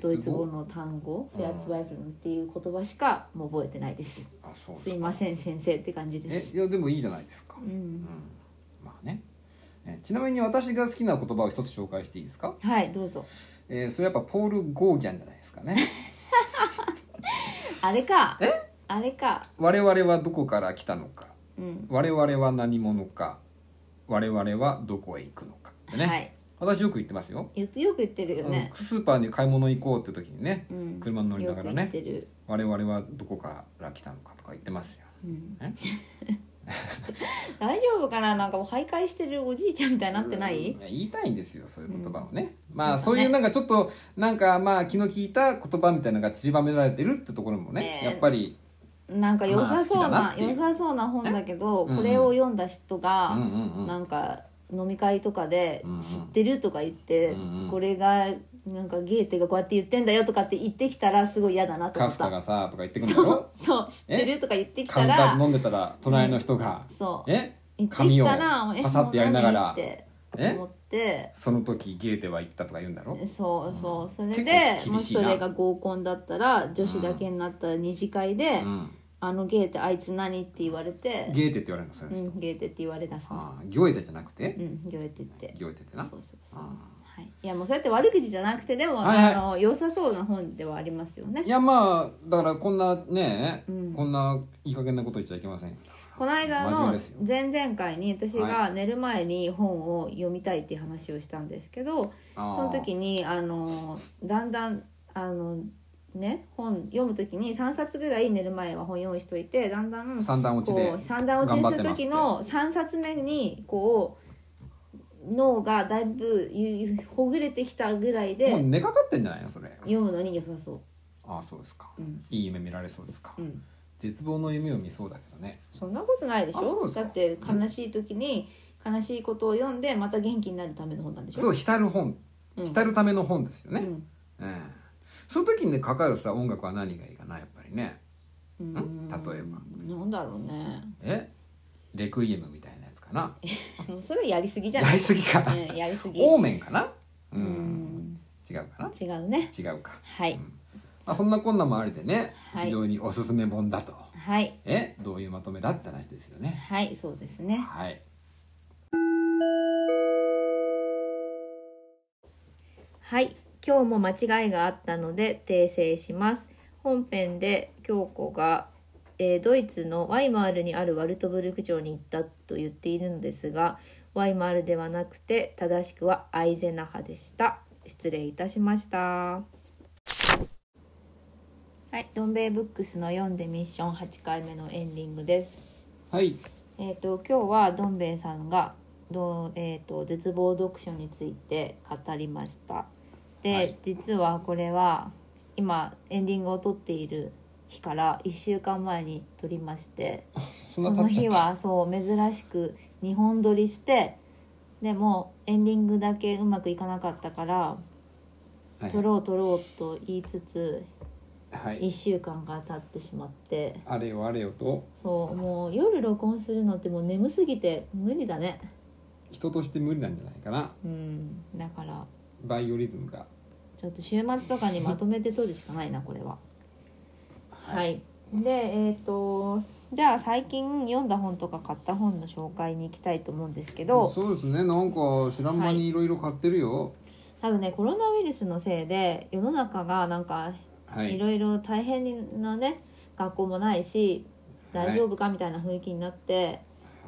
Speaker 2: ドイツ語の単語
Speaker 3: う
Speaker 2: フ
Speaker 3: ん
Speaker 2: ェアツワイフルンっていう言葉しかもう覚えてないです
Speaker 3: あそうですす
Speaker 2: い
Speaker 3: か
Speaker 2: ません先生って感じで
Speaker 3: え
Speaker 2: す
Speaker 3: いやでもいいじゃないですか、
Speaker 2: う
Speaker 3: うん
Speaker 2: ん、
Speaker 3: まあねえちなみに私が好きな言葉を一つ紹介していいですか、
Speaker 2: はいどうぞ
Speaker 3: えーそれやっぱポール・ゴーギャンじゃないですかね
Speaker 2: あれかあれか
Speaker 3: 我々はどこから来たのか
Speaker 2: うん、
Speaker 3: 我々は何者か我々はどこへ行くのかってね、
Speaker 2: はい
Speaker 3: 私よく言ってますよ、
Speaker 2: よくよく言ってるよね
Speaker 3: あのスーパーに買い物行こうって時にね
Speaker 2: うん
Speaker 3: 車に乗りながらね
Speaker 2: よく言ってる、
Speaker 3: 我々はどこから来たのかとか言ってますよ
Speaker 2: うん
Speaker 3: え、
Speaker 2: 大丈夫かななんかもう徘徊してるおじいちゃんみたいになってない、
Speaker 3: うんや言いたいんですよそういう言葉をね、ま
Speaker 2: な
Speaker 3: あ
Speaker 2: んかね
Speaker 3: そういうなんかちょっとなんかまあ気の利いた言葉みたいなのが散りばめられてるってところもね、
Speaker 2: ね
Speaker 3: やっぱり
Speaker 2: なんか良さそうな,、
Speaker 3: まあ好きだなっていう
Speaker 2: 良さそうな本だけど、
Speaker 3: えうん
Speaker 2: これを読んだ人
Speaker 3: うんう
Speaker 2: が、
Speaker 3: んうん
Speaker 2: なんか飲み会とかで
Speaker 3: うんうん
Speaker 2: 知ってるとか言って、
Speaker 3: うんうん
Speaker 2: これがなんかゲーテがこうやって言ってんだよとかって言ってきたらすごい嫌だなと
Speaker 3: カ
Speaker 2: 思っ
Speaker 3: フカ
Speaker 2: た
Speaker 3: がさとか言ってくるんだ
Speaker 2: そ
Speaker 3: ろ
Speaker 2: うそう知ってるとか言ってき
Speaker 3: カウ
Speaker 2: た
Speaker 3: ンター
Speaker 2: ら
Speaker 3: で飲んでたら隣の人が
Speaker 2: そう
Speaker 3: え
Speaker 2: 言ってきたら
Speaker 3: 髪を
Speaker 2: え
Speaker 3: パサってやりながら
Speaker 2: もう何って
Speaker 3: え
Speaker 2: 思って
Speaker 3: その時ゲーテは行ったとか言うんだろ
Speaker 2: そうそうそれ
Speaker 3: 結
Speaker 2: で
Speaker 3: 構
Speaker 2: も
Speaker 3: 厳
Speaker 2: し
Speaker 3: しいな
Speaker 2: それが合コンだったら女子だけになったら二次会で
Speaker 3: うん
Speaker 2: 「あのゲーテあいつ何?」って言われて
Speaker 3: ゲーテって言われるのそれ
Speaker 2: 「うんゲーテ」って言われ出すの
Speaker 3: ああ行テじゃなくて
Speaker 2: 「うんゲーテ」って
Speaker 3: 行テって
Speaker 2: そ
Speaker 3: な
Speaker 2: うそうそう
Speaker 3: あ
Speaker 2: はい、いやもうそうやって悪口じゃなくてでも、
Speaker 3: はいはい
Speaker 2: あの良さそうな本ではありますよ
Speaker 3: あい
Speaker 2: ね。
Speaker 3: やまあだからこんなね、
Speaker 2: うん
Speaker 3: こんないい加減なこと言っちゃいけませんよ
Speaker 2: この間
Speaker 3: 真面目
Speaker 2: の
Speaker 3: ですよ
Speaker 2: 前々回に私
Speaker 3: は
Speaker 2: が寝る前に本を読みたいっていう話をしたんですけど、
Speaker 3: ああ
Speaker 2: その時にあのだんだんあのね本読む時に3冊ぐらい寝る前は本用意しといてだんだん
Speaker 3: 三段落ちで
Speaker 2: こう三段落ちにする時
Speaker 3: 頑
Speaker 2: の3冊目にこう脳がだいぶゆほぐれてきたぐらい
Speaker 3: もう
Speaker 2: で
Speaker 3: 寝かかってんじゃないのそれ
Speaker 2: 読むのに良さそ
Speaker 3: ああそうですか
Speaker 2: ううん
Speaker 3: いい夢見られそうですか
Speaker 2: うん
Speaker 3: 絶望の夢を見そうだけどね
Speaker 2: そんなことないでし
Speaker 3: あそう
Speaker 2: ょ
Speaker 3: ですか
Speaker 2: だって悲しい時に悲しいことを読んでまた元気になるための本なんでしょ
Speaker 3: そう浸る本
Speaker 2: うん
Speaker 3: 浸るための本ですよね、
Speaker 2: うん
Speaker 3: ええその時にねかかるさ音楽は何がいいかなやっぱりね
Speaker 2: うん
Speaker 3: ん例えば
Speaker 2: なんだろうね
Speaker 3: えレクイエムみたいなやつかな
Speaker 2: もうそれやりすぎじゃ
Speaker 3: や
Speaker 2: ない
Speaker 3: りすぎか、
Speaker 2: うんやりすぎ
Speaker 3: オーメンかなう
Speaker 2: うんん
Speaker 3: 違うかな
Speaker 2: 違うね
Speaker 3: 違うか、
Speaker 2: はい
Speaker 3: うんまあ、そんなこんなもありでね、
Speaker 2: はい
Speaker 3: 非常におすすめ本だと
Speaker 2: はい
Speaker 3: えどういうまとめだって話ですよね
Speaker 2: はいそうですね
Speaker 3: はい
Speaker 2: はい今日も間違いがあったので訂正します本編で京子が、えードイツのワイマールにあるワルトブルク城に行ったと言っているのですがワイマールではなくて正しくはアイゼナハでした失礼いたしましたはいドンベイブックスの読んでミッション8回目のエンディングです
Speaker 3: はい
Speaker 2: えー、と今日はどん兵衛さんがどう、えー、と絶望読書について語りましたで、
Speaker 3: はい
Speaker 2: 実はこれは今エンディングを撮っている日から1週間前に撮りまして
Speaker 3: そ
Speaker 2: そ
Speaker 3: んな
Speaker 2: の
Speaker 3: 経っち
Speaker 2: 日
Speaker 3: ゃった
Speaker 2: はそう珍しく2本撮りしてでもエンディングだけうまくいかなかったから
Speaker 3: はい
Speaker 2: 撮ろう撮ろうと言いつつ
Speaker 3: はい
Speaker 2: 1週間が経ってしまって
Speaker 3: あれよあれよと
Speaker 2: そうもう夜録音するのってもう眠すぎて無理だね
Speaker 3: 人として無理なんじゃないかな
Speaker 2: うんだから
Speaker 3: バイオリズムが
Speaker 2: ちょっと週末とかにまとめて撮るしかないなこれははいでえっ、とじゃあ最近読んだ本とか買った本の紹介に行きたいと思うんですけど
Speaker 3: そうですねなんか知らん間にいろいろ買ってるよ
Speaker 2: 多分ねコロナウイルスのせいで世の中がなんか
Speaker 3: はいい、
Speaker 2: ろいろ大変なね学校もないし
Speaker 3: はい
Speaker 2: 大丈夫かみたいな雰囲気になって、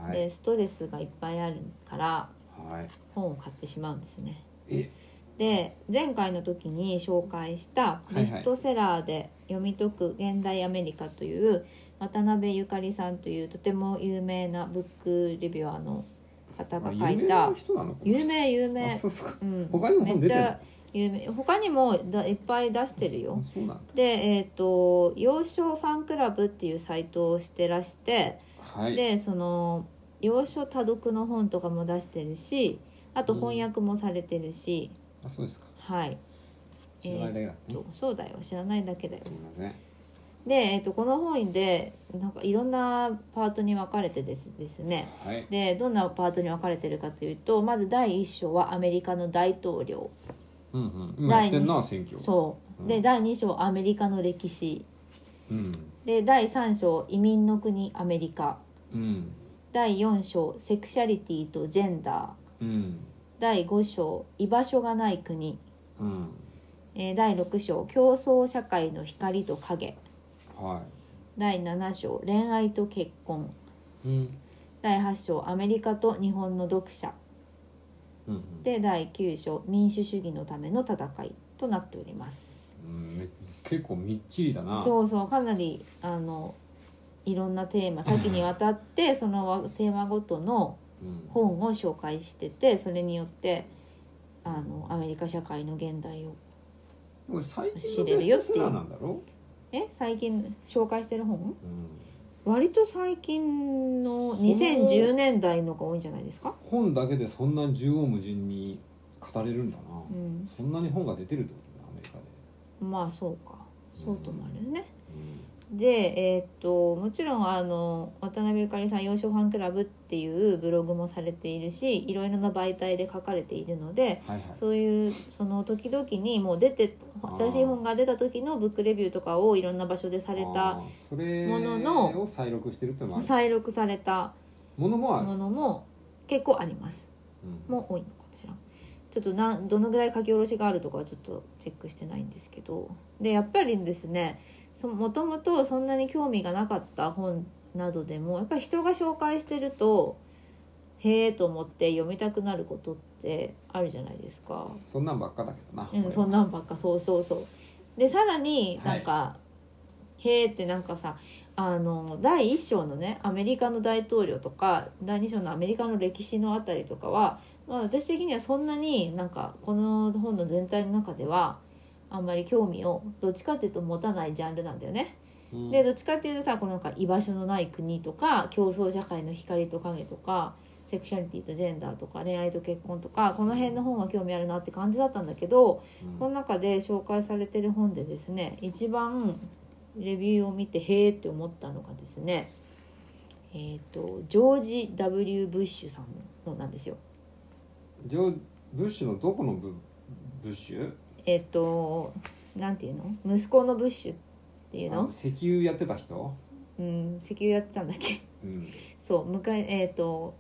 Speaker 3: はい
Speaker 2: でストレスがいっぱいあるから
Speaker 3: はい
Speaker 2: 本を買ってしまうんですね。
Speaker 3: え
Speaker 2: で前回の時に紹介した
Speaker 3: いはい
Speaker 2: ベストセラーで読み解く現代アメリカという渡辺ゆかりさんというとても有名なブックレビュアーの方が書
Speaker 3: 有
Speaker 2: い
Speaker 3: 名な
Speaker 2: た
Speaker 3: 人なのかな
Speaker 2: 有名有
Speaker 3: あ
Speaker 2: 名
Speaker 3: そうっすか
Speaker 2: うん
Speaker 3: 他にも
Speaker 2: め
Speaker 3: 本
Speaker 2: っ
Speaker 3: 出
Speaker 2: ち
Speaker 3: てる
Speaker 2: ゃ有名他にもだいっぱい出してるよ
Speaker 3: あそうなんだ
Speaker 2: でえっ、と幼少ファンクラブっていうサイトをしてらして
Speaker 3: はい
Speaker 2: でその要所多読の本とかも出してるしあと翻訳もされてるし、
Speaker 3: あそうですか
Speaker 2: はい、
Speaker 3: 知らないだけだった
Speaker 2: えー
Speaker 3: ね
Speaker 2: っとそうだよ知らないだけだよ
Speaker 3: すみません
Speaker 2: で、えーっとこの本でなんかいろんなパートに分かれてですですね
Speaker 3: はい
Speaker 2: でどんなパートに分かれてるかというとまず第1章はアメリカの大統領
Speaker 3: うんうん今やってんな選挙
Speaker 2: そうで第2章アメリカの歴史
Speaker 3: うん
Speaker 2: で第3章移民の国アメリカ
Speaker 3: うん
Speaker 2: 第4章セクシャリティとジェンダ
Speaker 3: う
Speaker 2: ー
Speaker 3: ん
Speaker 2: 第5章居場所がない国、
Speaker 3: うん
Speaker 2: えー第6章競争社会の光と影
Speaker 3: は
Speaker 2: 第7章恋愛と結婚
Speaker 3: いうん
Speaker 2: 第8章アメリカと日本の読者
Speaker 3: うんうん
Speaker 2: で第9章民主主義のための戦いとなっております
Speaker 3: うんめ結構みっちりだな
Speaker 2: そうそうかなりあのいろんなテーマ多岐にわたっ てそのわテーマごとの
Speaker 3: うん
Speaker 2: 本を紹介しててそれによってあのアメリカ社会の現代を
Speaker 3: でも最近
Speaker 2: 知
Speaker 3: の
Speaker 2: れる
Speaker 3: ベ
Speaker 2: よ
Speaker 3: ス
Speaker 2: っ
Speaker 3: ト
Speaker 2: て
Speaker 3: セ
Speaker 2: いう
Speaker 3: ラーなんだろ
Speaker 2: え最近紹介してる本
Speaker 3: うん
Speaker 2: 割と最近の
Speaker 3: そう
Speaker 2: 2010年代のが多いんじゃないですか、
Speaker 3: 本だけでそんな縦横無尽に語れるんだな
Speaker 2: うん、
Speaker 3: そんなに本が出てるってことだなアメリカで
Speaker 2: まあそうかそうともあるよね、
Speaker 3: うん
Speaker 2: でえーっともちろんあの渡辺ゆかりさん「幼少ファンクラブ」っていうブログもされているしいろいろな媒体で書かれているので
Speaker 3: はいはい
Speaker 2: そういうその時々にもう出て
Speaker 3: あー
Speaker 2: 新しい本が出た時のブックレビューとかをいろんな場所でされた
Speaker 3: あーそれ
Speaker 2: ものの
Speaker 3: を再録してるってのもある
Speaker 2: 再録された
Speaker 3: ものもある
Speaker 2: ものも結構あります。も多いのかしらちょっとなんどのぐらい書き下ろしがあるとかはちょっとチェックしてないんですけどでやっぱりですねそもともとそんなに興味がなかった本などでもやっぱり人が紹介してるとへえと思って読みたくなることってあるじゃないですか、
Speaker 3: うん、そんなんばっかだけどな、
Speaker 2: うん、そんなんばっかそうそうそうでさらに
Speaker 3: はい
Speaker 2: なんか、へーってなんかさあの第1章のねアメリカの大統領とか第2章のアメリカの歴史のあたりとかは、まあ、私的にはそんなになんかこの本の全体の中ではあんまり興味をどっちかっていうと持たないジャンルなんだよね。
Speaker 3: うん
Speaker 2: でどっちかっていうとさこのなんか居場所のない国とか競争社会の光と影とかセクシャリティとジェンダーとか恋愛と結婚とかこの辺の本は興味あるなって感じだったんだけど
Speaker 3: うん
Speaker 2: この中で紹介されてる本でですね一番レビューを見てへーって思ったのがですねえっ、とジョージ・ W ・ブッシュさんの本なんですよ。
Speaker 3: ジョーブッシュのどこのブブッシュ
Speaker 2: えっ、となんていうの息子のブッシュっていう
Speaker 3: あ
Speaker 2: の、
Speaker 3: 石油やってた人、
Speaker 2: うん、石油やってたんだっけ
Speaker 3: うん、
Speaker 2: そう向かいえっ、と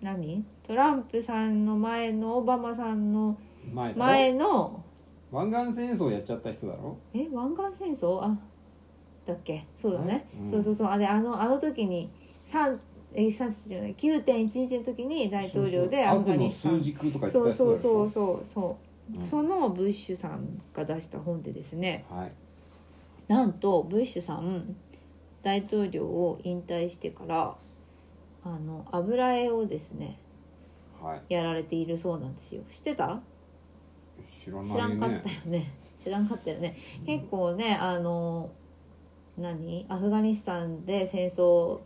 Speaker 2: 何トランプさんの前のオバマさんの
Speaker 3: 前だろ
Speaker 2: 前の
Speaker 3: 湾岸戦争やっちゃった人だろ
Speaker 2: え湾岸戦争あだっけそうだね、
Speaker 3: うん
Speaker 2: そうそうそうあれあのあの時に3え3じゃない9.11の時に大統領でア
Speaker 3: そう
Speaker 2: フ
Speaker 3: そう
Speaker 2: ガ
Speaker 3: 悪
Speaker 2: ニ
Speaker 3: の
Speaker 2: スタ
Speaker 3: 数
Speaker 2: ン
Speaker 3: 軸とか言ってた人
Speaker 2: そ
Speaker 3: だ
Speaker 2: う
Speaker 3: ろ
Speaker 2: そうそうそうそううんそのブッシュさんが出した本でですね
Speaker 3: はい
Speaker 2: なんとブッシュさん大統領を引退してからあの油絵をですね
Speaker 3: はい
Speaker 2: やられているそうなんですよ知ってた
Speaker 3: 知らないね
Speaker 2: 知らんかったよね知らんかったよね結構ねあの何アフガニスタンで戦争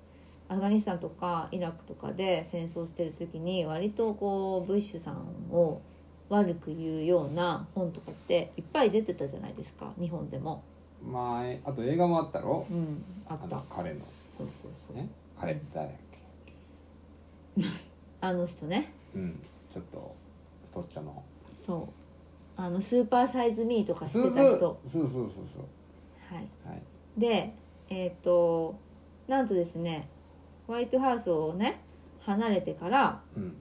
Speaker 2: アフガニスタンとかイラクとかで戦争してる時に割とこうブッシュさんを悪く言うような本とかっていっぱい出てたじゃないですか日本でも、
Speaker 3: まあえあと映画もあったろ
Speaker 2: うん、あっ
Speaker 3: あ
Speaker 2: た
Speaker 3: の彼の
Speaker 2: そうそうそう、
Speaker 3: ね彼って誰だっ
Speaker 2: あの人ね
Speaker 3: けうんちょっと太っちょの
Speaker 2: そうあのスーパーサイズミーとかしてた
Speaker 3: そう
Speaker 2: 人
Speaker 3: そうそうそうそう
Speaker 2: はい
Speaker 3: はい
Speaker 2: でえっ、となんとですねホワイトハウスをね離れてから
Speaker 3: うん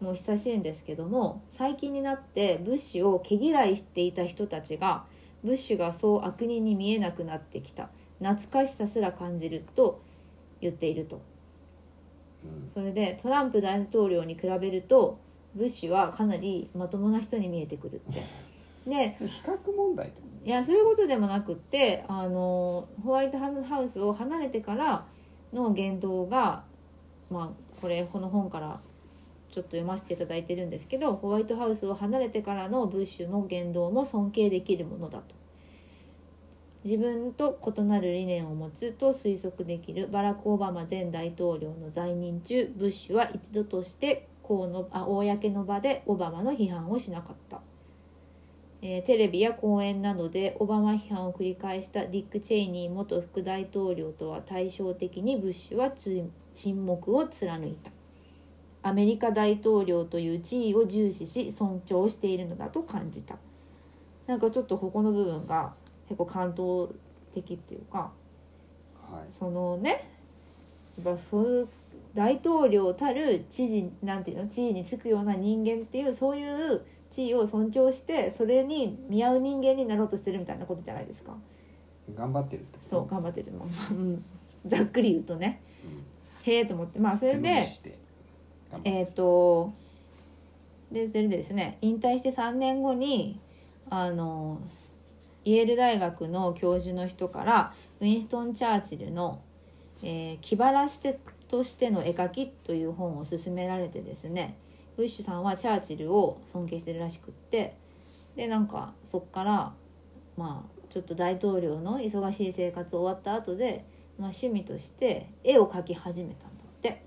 Speaker 2: もう久しいんですけども最近になってブッシュを毛嫌いしていた人たちがブッシュがそう悪人に見えなくなってきた懐かしさすら感じると言っていると
Speaker 3: うん
Speaker 2: それでトランプ大統領に比べるとブッシュはかなりまともな人に見えてくるって。で
Speaker 3: それ比較問題ってこ
Speaker 2: いやそういうことでもなくってあのホワイトハウスを離れてからの言動がまあこれこの本からちょっと読ませていただいてるんですけどホワイトハウスを離れてからのブッシュの言動も尊敬できるものだと自分と異なる理念を持つと推測できるバラク・オバマ前大統領の在任中ブッシュは一度として公のあ公の場でオバマの批判をしなかったえーテレビや講演などでオバマ批判を繰り返したディック・チェイニー元副大統領とは対照的にブッシュは沈沈黙を貫いたアメリカ大統領という地位を重視し尊重しているのだと感じたなんかちょっとここの部分が結構感動的っていうか
Speaker 3: とはい
Speaker 2: そのねやっぱそういう大統領たる知事なんていうの地位につくような人間っていうそういう地位を尊重してそれに見合う人間になろうとしてるみたいなことじゃないですか
Speaker 3: 頑張ってるってこと
Speaker 2: そう頑張ってるもんうんざっくり言うとね
Speaker 3: うん
Speaker 2: へえと思ってまあそれ
Speaker 3: 背伸び
Speaker 2: で
Speaker 3: して頑張って
Speaker 2: えっ、とでそれでですね引退して3年後にあのイェール大学の教授の人からウィンストン・チャーチルの「えー気晴らしとしての絵描き」という本を勧められてですねブッシュさんはチャーチルを尊敬してるらしくってでなんかそっからまあちょっと大統領の忙しい生活終わった後で、まあ、趣味として絵を描き始めたんだって。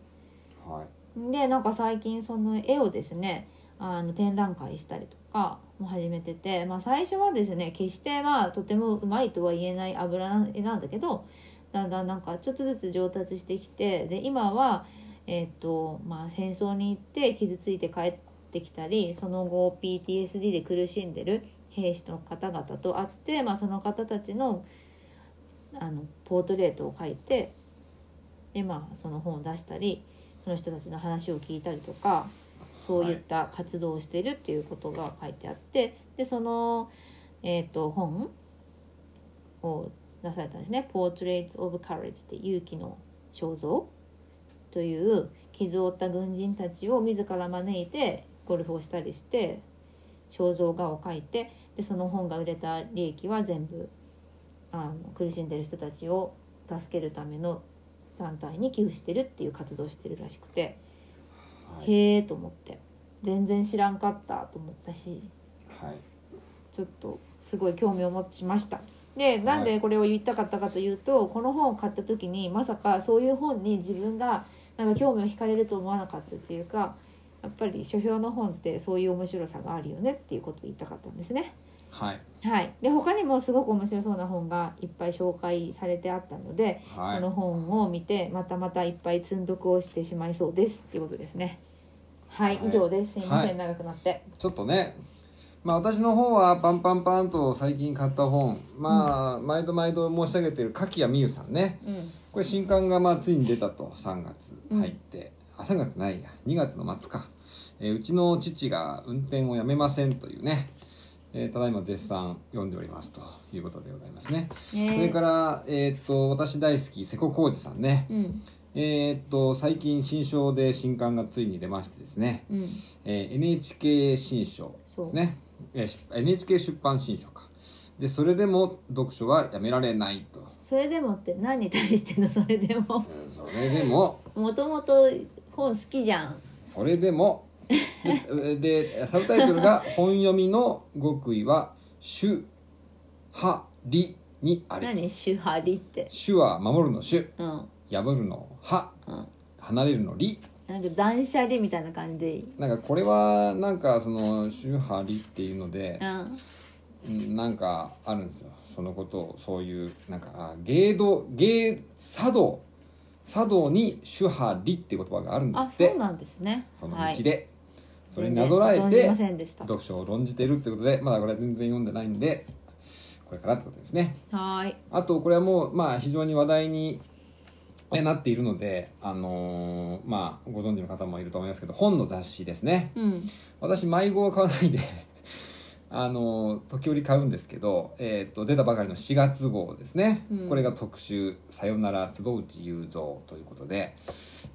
Speaker 3: はい
Speaker 2: でなんか最近その絵をですねあの展覧会したりとかも始めてて、まあ、最初はですね決してまあとてもうまいとは言えない油絵なんだけどだんだんなんかちょっとずつ上達してきてで今は、えっとまあ、戦争に行って傷ついて帰ってきたりその後 PTSD で苦しんでる兵士の方々と会って、まあ、その方たちのあのポートレートを描いてで、まあ、その本を出したりその人たちの話を聞いたりとかそういった活動をしてるっていうことが書いてあってでその、えー、と本を出されたんですね「Portraits of Courage」って勇気の肖像という傷を負った軍人たちを自ら招いてゴルフをしたりして肖像画を描いてでその本が売れた利益は全部あの苦しんでる人たちを助けるための団体に寄付してるっていう活動をしてるらしくて、
Speaker 3: はい、
Speaker 2: へえと思って全然知らんかったと思ったし
Speaker 3: はい、
Speaker 2: ちょっとすごい興味を持ちました。でなんでこれを言いたかったかというと、この本を買った時にまさかそういう本に自分がなんか興味を惹かれると思わなかったっていうかやっぱり書評の本ってそういう面白さがあるよねっていうことを言いたかったんですね。
Speaker 3: はい、
Speaker 2: はい、で他にもすごく面白そうな本がいっぱい紹介されてあったので、
Speaker 3: は
Speaker 2: この
Speaker 3: い、
Speaker 2: 本を見てまたまたいっぱい積んどくをしてしまいそうですっていうことですね。はい、
Speaker 3: はい
Speaker 2: 以上です。すいません、
Speaker 3: はい
Speaker 2: 長くなって。
Speaker 3: ちょっとね。まあ、私の方はパンパンパンと最近買った本、まあ、毎度毎度申し上げている柿谷美優さんね。
Speaker 2: うん、
Speaker 3: これ新刊がまあついに出たと3月
Speaker 2: うん、
Speaker 3: 入って、あ3月ないや2月の末か、えーうちの父が運転をやめませんというね、えーただいま絶賛読んでおりますということでございますね、それからら、えーっと私大好き瀬古浩二さんね、
Speaker 2: うん、
Speaker 3: えーっと最近新書で新刊がついに出ましてですね、
Speaker 2: うん、
Speaker 3: えー NHK 新書ですね、えーし NHK 出版新書かでそれでも読書はやめられないと
Speaker 2: それでもって何に対してのそれでも
Speaker 3: えーそれでも
Speaker 2: もともと本好きじゃん。
Speaker 3: それでも ででサブタイトルが「本読みの極意は主派理にあり
Speaker 2: 何手張りって」。
Speaker 3: 主は守るの主
Speaker 2: うん、
Speaker 3: 破るの派
Speaker 2: うん、
Speaker 3: 離れるの理
Speaker 2: なんか断捨離みたいな感じでいい。
Speaker 3: なんかこれはなんかその主派理っていうので
Speaker 2: うん、
Speaker 3: うんなんかあるんですよそのことをそういうなんかあ芸道芸茶道茶道に主派理っていう言葉があるんで
Speaker 2: あ、
Speaker 3: すっ
Speaker 2: そう
Speaker 3: て
Speaker 2: なんですね。
Speaker 3: その
Speaker 2: はい
Speaker 3: 道で、それにな
Speaker 2: 全
Speaker 3: ぞ
Speaker 2: 然
Speaker 3: らえ
Speaker 2: 存
Speaker 3: て
Speaker 2: じませんでした。は
Speaker 3: 読書を論じているということでまだこれは全然読んでないんでこれからってことですね
Speaker 2: ーい。
Speaker 3: あとこれはもうまあ非常に話題にえなっているのであのーまあご存知の方もいると思いますけど本の雑誌ですね
Speaker 2: うん。
Speaker 3: 私迷子は買わないで あのー時折買うんですけど、えー、と出たばかりの4月号ですね、
Speaker 2: うん
Speaker 3: これが特集「さよなら坪内雄三」ということで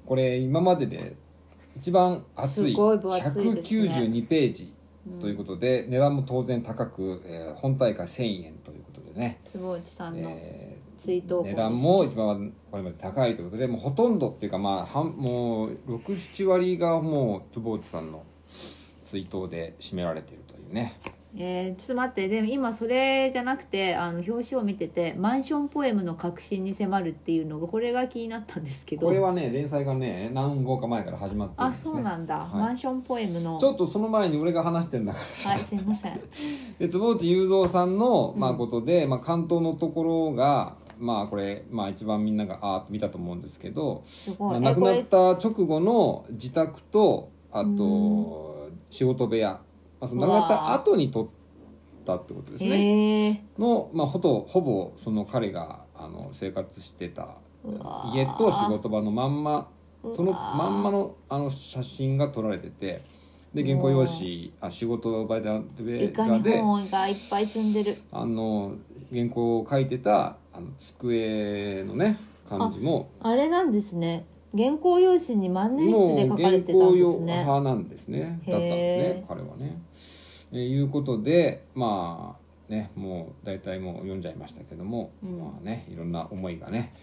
Speaker 3: これ今までで一番厚い
Speaker 2: すごい分厚いですね
Speaker 3: 192ページ
Speaker 2: ん
Speaker 3: ということで、値段も当然高く、えー本大会1000円ということでね、
Speaker 2: 坪内さんの、
Speaker 3: えー
Speaker 2: 追悼
Speaker 3: 値段も一番これまで高いということでもうほとんどっていうかまあ半もう67割がもう坪内さんの追悼で占められているというね
Speaker 2: えーちょっと待ってでも今それじゃなくてあの表紙を見てて「マンションポエムの核心に迫る」っていうのがこれが気になったんですけど
Speaker 3: これはね連載がね何号か前から始まってるん
Speaker 2: あ
Speaker 3: です、ね、
Speaker 2: そうなんだ、
Speaker 3: はい
Speaker 2: マンションポエムの
Speaker 3: ちょっとその前に俺が話してんだからさ
Speaker 2: はいすいません
Speaker 3: で坪内雄三さんの、まあ、
Speaker 2: うん
Speaker 3: ことで、まあ、関東のところがまあこれ、まあ、一番みんながあーっと見たと思うんですけど、
Speaker 2: す
Speaker 3: ま
Speaker 2: ご
Speaker 3: あ
Speaker 2: い、
Speaker 3: 亡
Speaker 2: え
Speaker 3: く
Speaker 2: こ
Speaker 3: なっ
Speaker 2: れ
Speaker 3: た直後の自宅とあと仕事部屋、まあ、その亡くなっ
Speaker 2: う
Speaker 3: た
Speaker 2: わー
Speaker 3: 後に撮ったってことですね
Speaker 2: へえ
Speaker 3: の、まあ、ほとほぼその彼があの生活してた
Speaker 2: うわー
Speaker 3: 家と仕事場のまんまそのまんまのあの写真が撮られててで原稿用紙あ仕事場で
Speaker 2: いかに
Speaker 3: で
Speaker 2: 本がいっぱい積んでる
Speaker 3: あの原稿を書いてたあの机のね感じも
Speaker 2: あれなんですね原稿用紙に万年筆で
Speaker 3: も
Speaker 2: 書
Speaker 3: う
Speaker 2: か
Speaker 3: 原
Speaker 2: れてたん
Speaker 3: 稿
Speaker 2: で
Speaker 3: 用
Speaker 2: すね
Speaker 3: 派なんですね
Speaker 2: へー
Speaker 3: だったんですね彼はね。えーいうことでまあねもう大体もう読んじゃいましたけども、
Speaker 2: うん
Speaker 3: まあねいろんな思いがね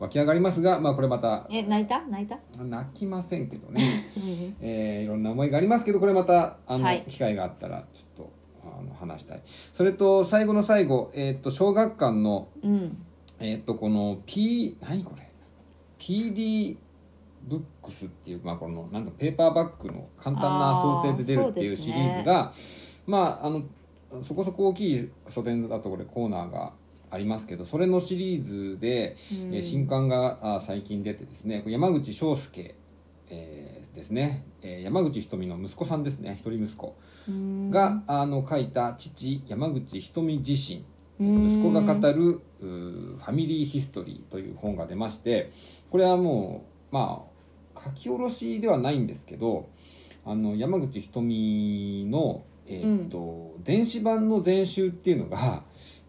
Speaker 3: 湧き上がりますがまあこれまた
Speaker 2: え泣いた泣いた、
Speaker 3: 泣きませんけどね、
Speaker 2: うん、
Speaker 3: えーいろんな思いがありますけどこれまたあの、
Speaker 2: はい
Speaker 3: 機会があったらちょっとあの話したいそれと最後の最後、えー、と小学館の
Speaker 2: うん、
Speaker 3: えーっとこの P 何これ PD ブックスっていう、まあ、このなんだペーパーバッグの簡単な想定で出るってい
Speaker 2: あーそう
Speaker 3: う
Speaker 2: です
Speaker 3: シ
Speaker 2: ね
Speaker 3: リーズがまああのそこそこ大きい書店だとこれコーナーがありますけどそれのシリーズで、
Speaker 2: うん
Speaker 3: えー新刊があー最近出てですねこれ山口翔介、えーですね、えー山口ひとみの息子さんですね一人息子
Speaker 2: うん
Speaker 3: が、あの書いた父山口ひとみ自身
Speaker 2: うん
Speaker 3: 息子が語るうーファミリーヒストリーという本が出ましてこれはもうまあ書き下ろしではないんですけどあの山口ひとみの、えーっと電子版の全集っていうのが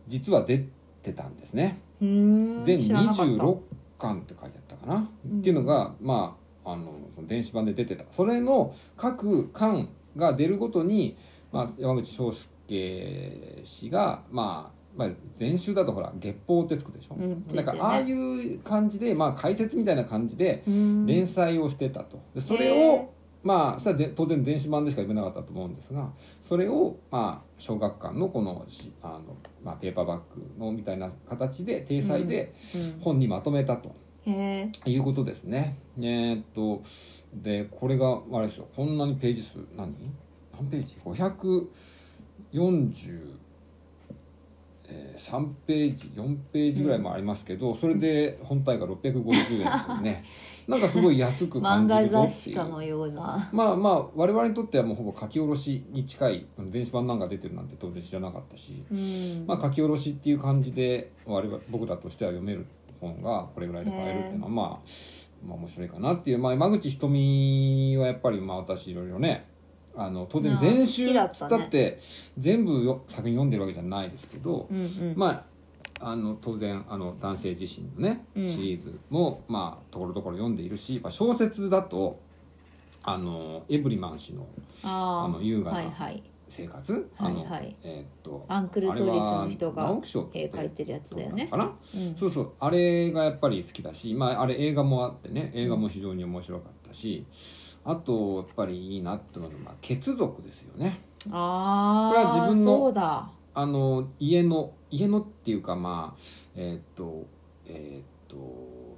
Speaker 3: 実は出てたんですね。
Speaker 2: うん
Speaker 3: 全
Speaker 2: 知らなかった
Speaker 3: 26巻って書いてあったかな、
Speaker 2: うん
Speaker 3: っていうのがまああのその電子版で出てたそれの各巻が出るごとに、まあ、山口翔介氏がまあまあ、前週だとほら月報ってつくでしょ、
Speaker 2: うんつい
Speaker 3: な
Speaker 2: てるね
Speaker 3: んかああいう感じで、まあ、解説みたいな感じで
Speaker 2: うん
Speaker 3: 連載をしてたとでそれ
Speaker 2: へー
Speaker 3: を、まあそれはで当然電子版でしか読めなかったと思うんですがそれを、まあ、小学館のこのしあの、まあ、ペーパーバッグのみたいな形で掲載で本にまとめたと。
Speaker 2: うんへえ
Speaker 3: いうことですね。えーっと、で、これが、あれですよ、こんなにページ数、何何ページ ?543 ページ、4ページぐらいもありますけど、それで本体が650円という ね、なんかすごい安く感
Speaker 2: 漫
Speaker 3: じ
Speaker 2: 画
Speaker 3: るぞ
Speaker 2: 雑
Speaker 3: って
Speaker 2: 誌
Speaker 3: い
Speaker 2: か
Speaker 3: う。
Speaker 2: のような
Speaker 3: まあまあ我々にとってはもうほぼ書き下ろしに近い電子版なんか出てるなんて当然知らなかったし、
Speaker 2: うん
Speaker 3: まあ、書き下ろしっていう感じで我々僕らとしては読める本がこれぐらいで買えるっていうのは、まあ、まあ面白いかなっていう、まあ、山口ひとみはやっぱりまあ私いろいろねあの当然
Speaker 2: まあ
Speaker 3: 全集
Speaker 2: 好
Speaker 3: つ
Speaker 2: きだっ
Speaker 3: った
Speaker 2: ね
Speaker 3: って全部よ作品読んでるわけじゃないですけど、
Speaker 2: うんうん
Speaker 3: まああの当然あの男性自身のねシ
Speaker 2: うん
Speaker 3: リーズも、まあところどころ読んでいるし、まあ、小説だとあのエブリマン氏の
Speaker 2: あ
Speaker 3: あ
Speaker 2: ー
Speaker 3: の優雅な
Speaker 2: はいはい
Speaker 3: 生活、
Speaker 2: はいは
Speaker 3: あ
Speaker 2: い
Speaker 3: のえーっと
Speaker 2: アンクルトリスの人
Speaker 3: あ
Speaker 2: が
Speaker 3: れは直木賞
Speaker 2: 絵描いてるやつだよね
Speaker 3: どうなのか
Speaker 2: うん
Speaker 3: なそうそうあれがやっぱり好きだし、まあ、あれ映画もあってね映画も非常に面白かったし、あとやっぱりいいなって思うのは、まあ、血族ですよね
Speaker 2: あ
Speaker 3: これは
Speaker 2: あ
Speaker 3: 自分の
Speaker 2: そうだ
Speaker 3: あの家の家のっていうかまあえーっとえーっと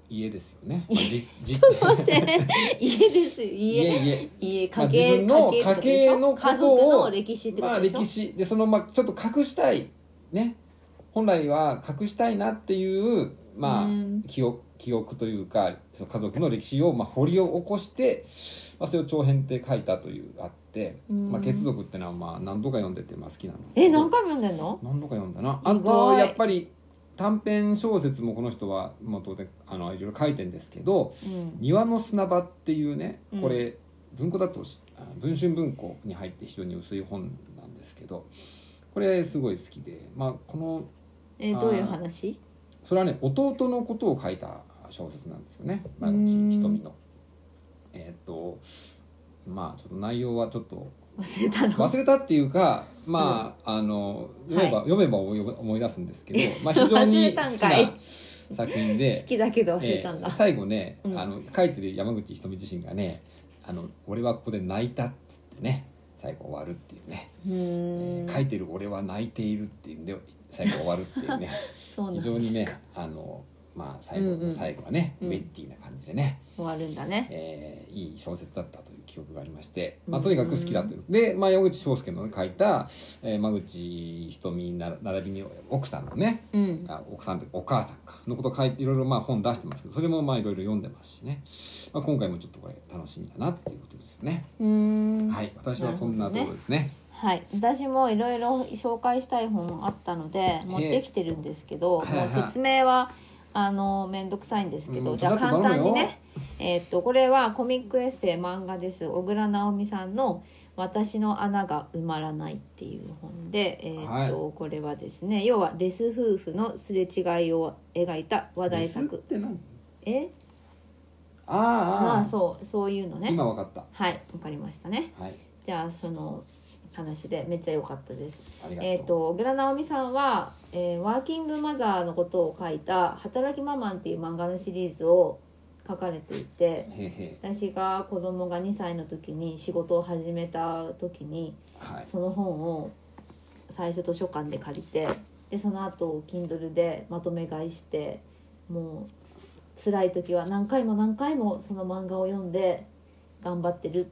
Speaker 3: 家ですよね、まあ、じ じ
Speaker 2: 家ですよ家
Speaker 3: 家家
Speaker 2: 家
Speaker 3: まあ
Speaker 2: 家計
Speaker 3: 自分の家計のことを
Speaker 2: 家計ってことでしょ家族の歴史ってこ
Speaker 3: まあ
Speaker 2: とでしょ、
Speaker 3: 歴史でそのまあちょっと隠したいね本来は隠したいなっていうま
Speaker 2: うん
Speaker 3: あ記憶記憶というかその家族の歴史をまあ掘り起こして、まあ、それを長編って書いたというあって、
Speaker 2: うん
Speaker 3: まあ、血族ってのはまあ何度か読んでてまあ好きなんです
Speaker 2: え
Speaker 3: ど
Speaker 2: 何回も読んでんの
Speaker 3: 何度か読んだな
Speaker 2: 意
Speaker 3: あ
Speaker 2: 外
Speaker 3: とやっぱり短編小説もこの人は、まあ、当然あのいろいろ書いてんですけど、
Speaker 2: うん
Speaker 3: 庭の砂場っていうね
Speaker 2: うん
Speaker 3: これ、文庫だとしあ文春文庫に入って非常に薄い本なんですけどこれすごい好きで、まあ、この
Speaker 2: えどういう話
Speaker 3: それはね弟のことを書いた小説なんですよね前口ひとみの。えーっとまあちょっと内容はちょっと
Speaker 2: 忘れたの
Speaker 3: 忘れたっていうかまあ、あの読めば、
Speaker 2: は
Speaker 3: 読めば思い思い出すんですけど、まあ、非常
Speaker 2: 忘
Speaker 3: に
Speaker 2: れ
Speaker 3: 好
Speaker 2: たん
Speaker 3: き
Speaker 2: か
Speaker 3: ない作品で
Speaker 2: 好きだけど忘れたん
Speaker 3: え
Speaker 2: だ
Speaker 3: ー、最後ね、
Speaker 2: うん
Speaker 3: あの書いてる山口ひとみ自身がね「あの俺はここで泣いた」っつってね最後終わるっていうね、
Speaker 2: う
Speaker 3: え
Speaker 2: ーん
Speaker 3: ー書いてる俺は泣いているっていうんで最後終わるっていうね
Speaker 2: そうなん
Speaker 3: 非
Speaker 2: です
Speaker 3: 常
Speaker 2: か
Speaker 3: にねあのまあ最後
Speaker 2: うんう
Speaker 3: の
Speaker 2: ん
Speaker 3: 最後はね、
Speaker 2: うん
Speaker 3: ベッティな感じでね、
Speaker 2: 終わるんだね
Speaker 3: えーいい小説だったという記憶がありまして、
Speaker 2: うん
Speaker 3: まあ、とにかく好きだというで、まあ、山口翔介の書いた、えー、間口ひとみなら並びに奥さんのね
Speaker 2: うん
Speaker 3: あ奥さんというかお母さんかのことを書いていろいろまあ本出してますけどそれもまあいろいろ読んでますしね、まあ、今回もちょっとこれ楽しみだなっていうことですよね、
Speaker 2: うーん
Speaker 3: はい私はそんなところですね
Speaker 2: はい、私もいろいろ紹介したい本あったので持ってきてるんですけど、
Speaker 3: はいはい
Speaker 2: もう説明はあの面倒くさいんですけど、
Speaker 3: うん
Speaker 2: じゃあ
Speaker 3: だって
Speaker 2: 簡
Speaker 3: 頼むよ
Speaker 2: 単にね、えーっとこれはコミックエッセイ漫画です小倉直美さんの「私の穴が埋まらない」っていう本で、えーっとこれはですね要はレス夫婦のすれ違いを描いた話題
Speaker 3: レスっ
Speaker 2: 作
Speaker 3: て何
Speaker 2: え
Speaker 3: あ
Speaker 2: ま
Speaker 3: ああ
Speaker 2: あ
Speaker 3: あ
Speaker 2: そうそういうのね
Speaker 3: 今わかった
Speaker 2: はいわかりましたね
Speaker 3: はい
Speaker 2: じゃあその話でめっちゃ良かったです
Speaker 3: ありがとう、
Speaker 2: えー、と小倉直美さんは、えーワーキングマザーのことを書いた「働きママン」っていう漫画のシリーズを書かれてい
Speaker 3: へー
Speaker 2: て
Speaker 3: へ
Speaker 2: 私が子供が2歳の時に仕事を始めた時に
Speaker 3: ーはい
Speaker 2: その本を最初図書館で借りてでその後 Kindle でまとめ買いしてもう辛い時は何回も何回もその漫画を読んで頑張ってる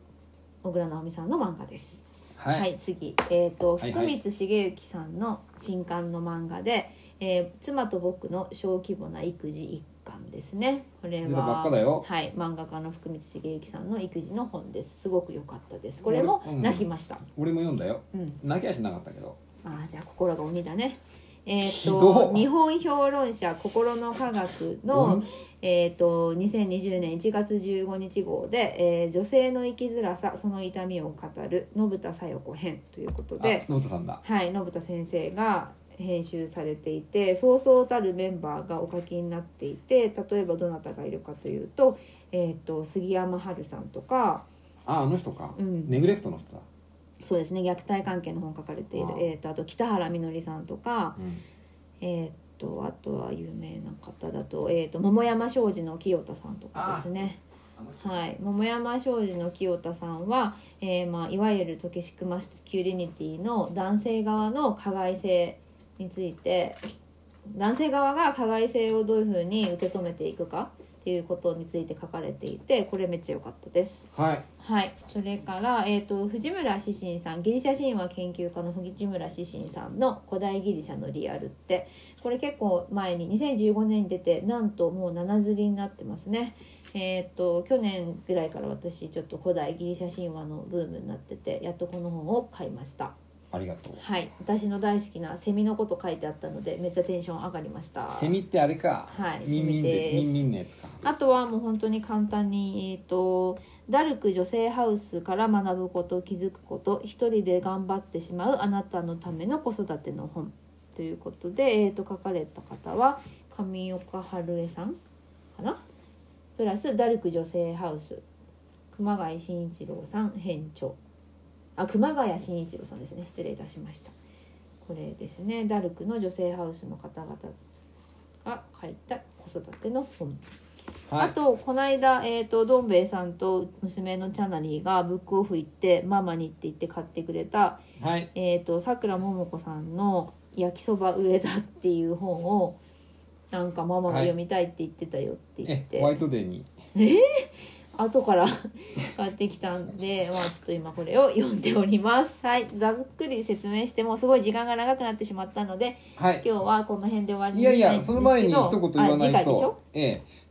Speaker 2: 小倉直美さんの漫画です。
Speaker 3: はい、
Speaker 2: はい、次、えっ、と、
Speaker 3: はい
Speaker 2: 福光茂之さんの新刊の漫画で。えー妻と僕の小規模な育児一巻ですね。これ
Speaker 3: 出たばっ
Speaker 2: は
Speaker 3: か。だよ
Speaker 2: はい、漫画家の福光茂之さんの育児の本です。すごく良かったです。これも
Speaker 3: うん
Speaker 2: 泣きました。
Speaker 3: 俺も読んだよ
Speaker 2: うん、
Speaker 3: 泣きはしなかったけど
Speaker 2: ああ、じゃあ、心が鬼だね。えっ、
Speaker 3: ひ
Speaker 2: と
Speaker 3: ど、っ
Speaker 2: 日本評論者心の科学
Speaker 3: う
Speaker 2: の
Speaker 3: ん。
Speaker 2: えー、と2020年1月15日号で、えー女性の生きづらさその痛みを語る信田小夜子編」ということ
Speaker 3: あ
Speaker 2: で、
Speaker 3: ノートさんだ
Speaker 2: はい、信田先生が編集されていてそうそうたるメンバーがお書きになっていて例えばどなたがいるかというと,、えー、と杉山春さんとか、
Speaker 3: ああの人か、
Speaker 2: うん
Speaker 3: ネグレクトの人だ、
Speaker 2: そうですね虐待関係の本を書かれている
Speaker 3: ああ
Speaker 2: えー、とあと北原みのりさんとか、
Speaker 3: うん
Speaker 2: えーっとあとは有名な方だと,、えーっと桃山商事の清田さんとかですね
Speaker 3: あの人
Speaker 2: はい、桃山商事の清田さんは、えーまあ、いわゆるトキシクマスキュリニティの男性側の加害性について男性側が加害性をどういうふうに受け止めていくかっていうことについて書かれていてこれめっちゃ良かったです。
Speaker 3: はい
Speaker 2: はい、それから、えー、と藤村志信さんギリシャ神話研究家の藤村志信さんの「古代ギリシャのリアル」ってこれ結構前に2015年に出てなんともう7釣りになってますね。えー、と去年ぐらいから私ちょっと古代ギリシャ神話のブームになっててやっとこの本を買いました
Speaker 3: ありがとう
Speaker 2: はい私の大好きなセミのこと書いてあったのでめっちゃテンション上がりました
Speaker 3: セミってあれか
Speaker 2: はい
Speaker 3: ミンミンで
Speaker 2: セミです
Speaker 3: ミンミンのやつか
Speaker 2: あとはもう本当に簡単に、えー、とダルク女性ハウスから学ぶこと気づくこと一人で頑張ってしまうあなたのための子育ての本ということで、えー、と書かれた方は上岡春江さんかなプラスダルク女性ハウス熊谷慎一郎さん編著あ熊谷慎一郎さんですね失礼いたしましたこれですねダルクの女性ハウスの方々が書いた子育ての本
Speaker 3: は
Speaker 2: あ
Speaker 3: い
Speaker 2: とこの間、えー、とどん兵衛さんと娘のチャナリーがブックオフ行ってママにって言って買ってくれた
Speaker 3: はい
Speaker 2: えー、とさくらももこさんの「焼きそば上田」っていう本をなんかママが読みたいって言ってたよって言っ
Speaker 3: え
Speaker 2: て、
Speaker 3: ホワイトデーに
Speaker 2: 後から 買ってきたんで、まあ、ちょっと今これを読んでおります。はい、ざっくり説明してもすごい時間が長くなってしまったので
Speaker 3: はい
Speaker 2: 今日はこの辺で終わり
Speaker 3: い
Speaker 2: に
Speaker 3: や
Speaker 2: し
Speaker 3: い
Speaker 2: たいん
Speaker 3: や
Speaker 2: です
Speaker 3: そ
Speaker 2: けど
Speaker 3: の前に一言言わないと
Speaker 2: あ次回でしょ
Speaker 3: え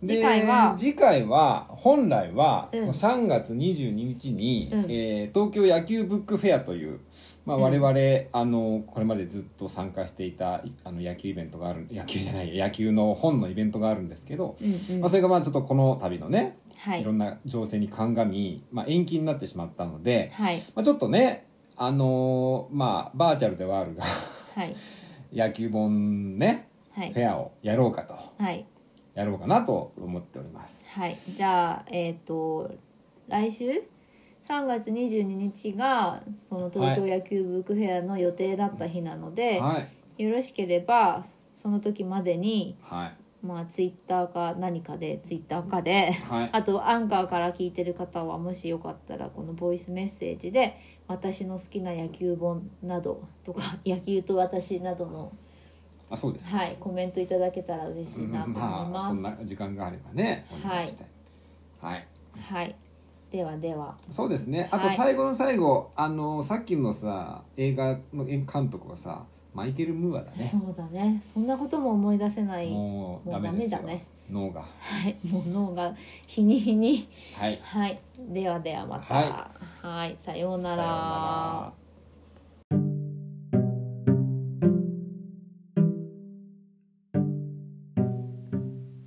Speaker 3: えで
Speaker 2: 次回は
Speaker 3: 次回は本来は
Speaker 2: うん
Speaker 3: 3月22日に、
Speaker 2: うん
Speaker 3: えー東京野球ブックフェアという、まあ、
Speaker 2: うん
Speaker 3: 我々、あのこれまでずっと参加していたいあの野球イベントがある野球じゃない野球の本のイベントがあるんですけど、
Speaker 2: うんうん
Speaker 3: まあ、それがまあちょっとこの度のね、、
Speaker 2: はいい
Speaker 3: ろんな情勢に鑑み、まあ、延期になってしまったので、
Speaker 2: はい
Speaker 3: まあ、ちょっとねあのーまあバーチャルではあるが
Speaker 2: はい
Speaker 3: 野球本ね
Speaker 2: はい
Speaker 3: フェアをやろうかと。
Speaker 2: はい
Speaker 3: やろうかなと思っております。
Speaker 2: はい、じゃあえっ、と来週3月22日がその東京野球部クフェアの予定だった日なので、
Speaker 3: はい、
Speaker 2: よろしければその時までに
Speaker 3: はい、
Speaker 2: まあツイッターか何かでツイッターかで
Speaker 3: はい、
Speaker 2: あとアンカーから聞いてる方はもしよかったらこのボイスメッセージで「私の好きな野球本」などとか 「野球と私」などの、
Speaker 3: あ、そうです。
Speaker 2: はい、コメントいただけたら嬉しいなと思い
Speaker 3: まあ、
Speaker 2: ま
Speaker 3: そ
Speaker 2: す。
Speaker 3: んな時間があればね、お願いしたい。はい、
Speaker 2: はい、ではでは
Speaker 3: そうですね。あと
Speaker 2: はい
Speaker 3: 最後の最後、あのさっきのさ、映画の監督はさ、マイケルムーアだね
Speaker 2: そ。うだねそんなことも思い出せない
Speaker 3: もう
Speaker 2: も
Speaker 3: ダ
Speaker 2: う
Speaker 3: メ
Speaker 2: ダ
Speaker 3: で
Speaker 2: メ
Speaker 3: す
Speaker 2: だ
Speaker 3: よ。
Speaker 2: ね
Speaker 3: 脳が。
Speaker 2: はいもう脳が日に日に
Speaker 3: はい。
Speaker 2: はいではではまた
Speaker 3: は
Speaker 2: はいさような
Speaker 3: さよう
Speaker 2: ら。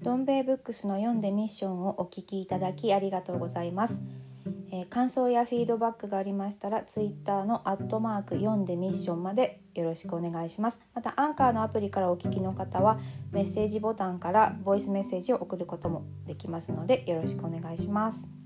Speaker 4: どん兵衛ブックスの読んでミッションをお聞きいただきありがとうございます、えー感想やフィードバックがありましたらツイッターのアットマーク読んでミッションまでよろしくお願いしますまたアンカーのアプリからお聞きの方はメッセージボタンからボイスメッセージを送ることもできますのでよろしくお願いします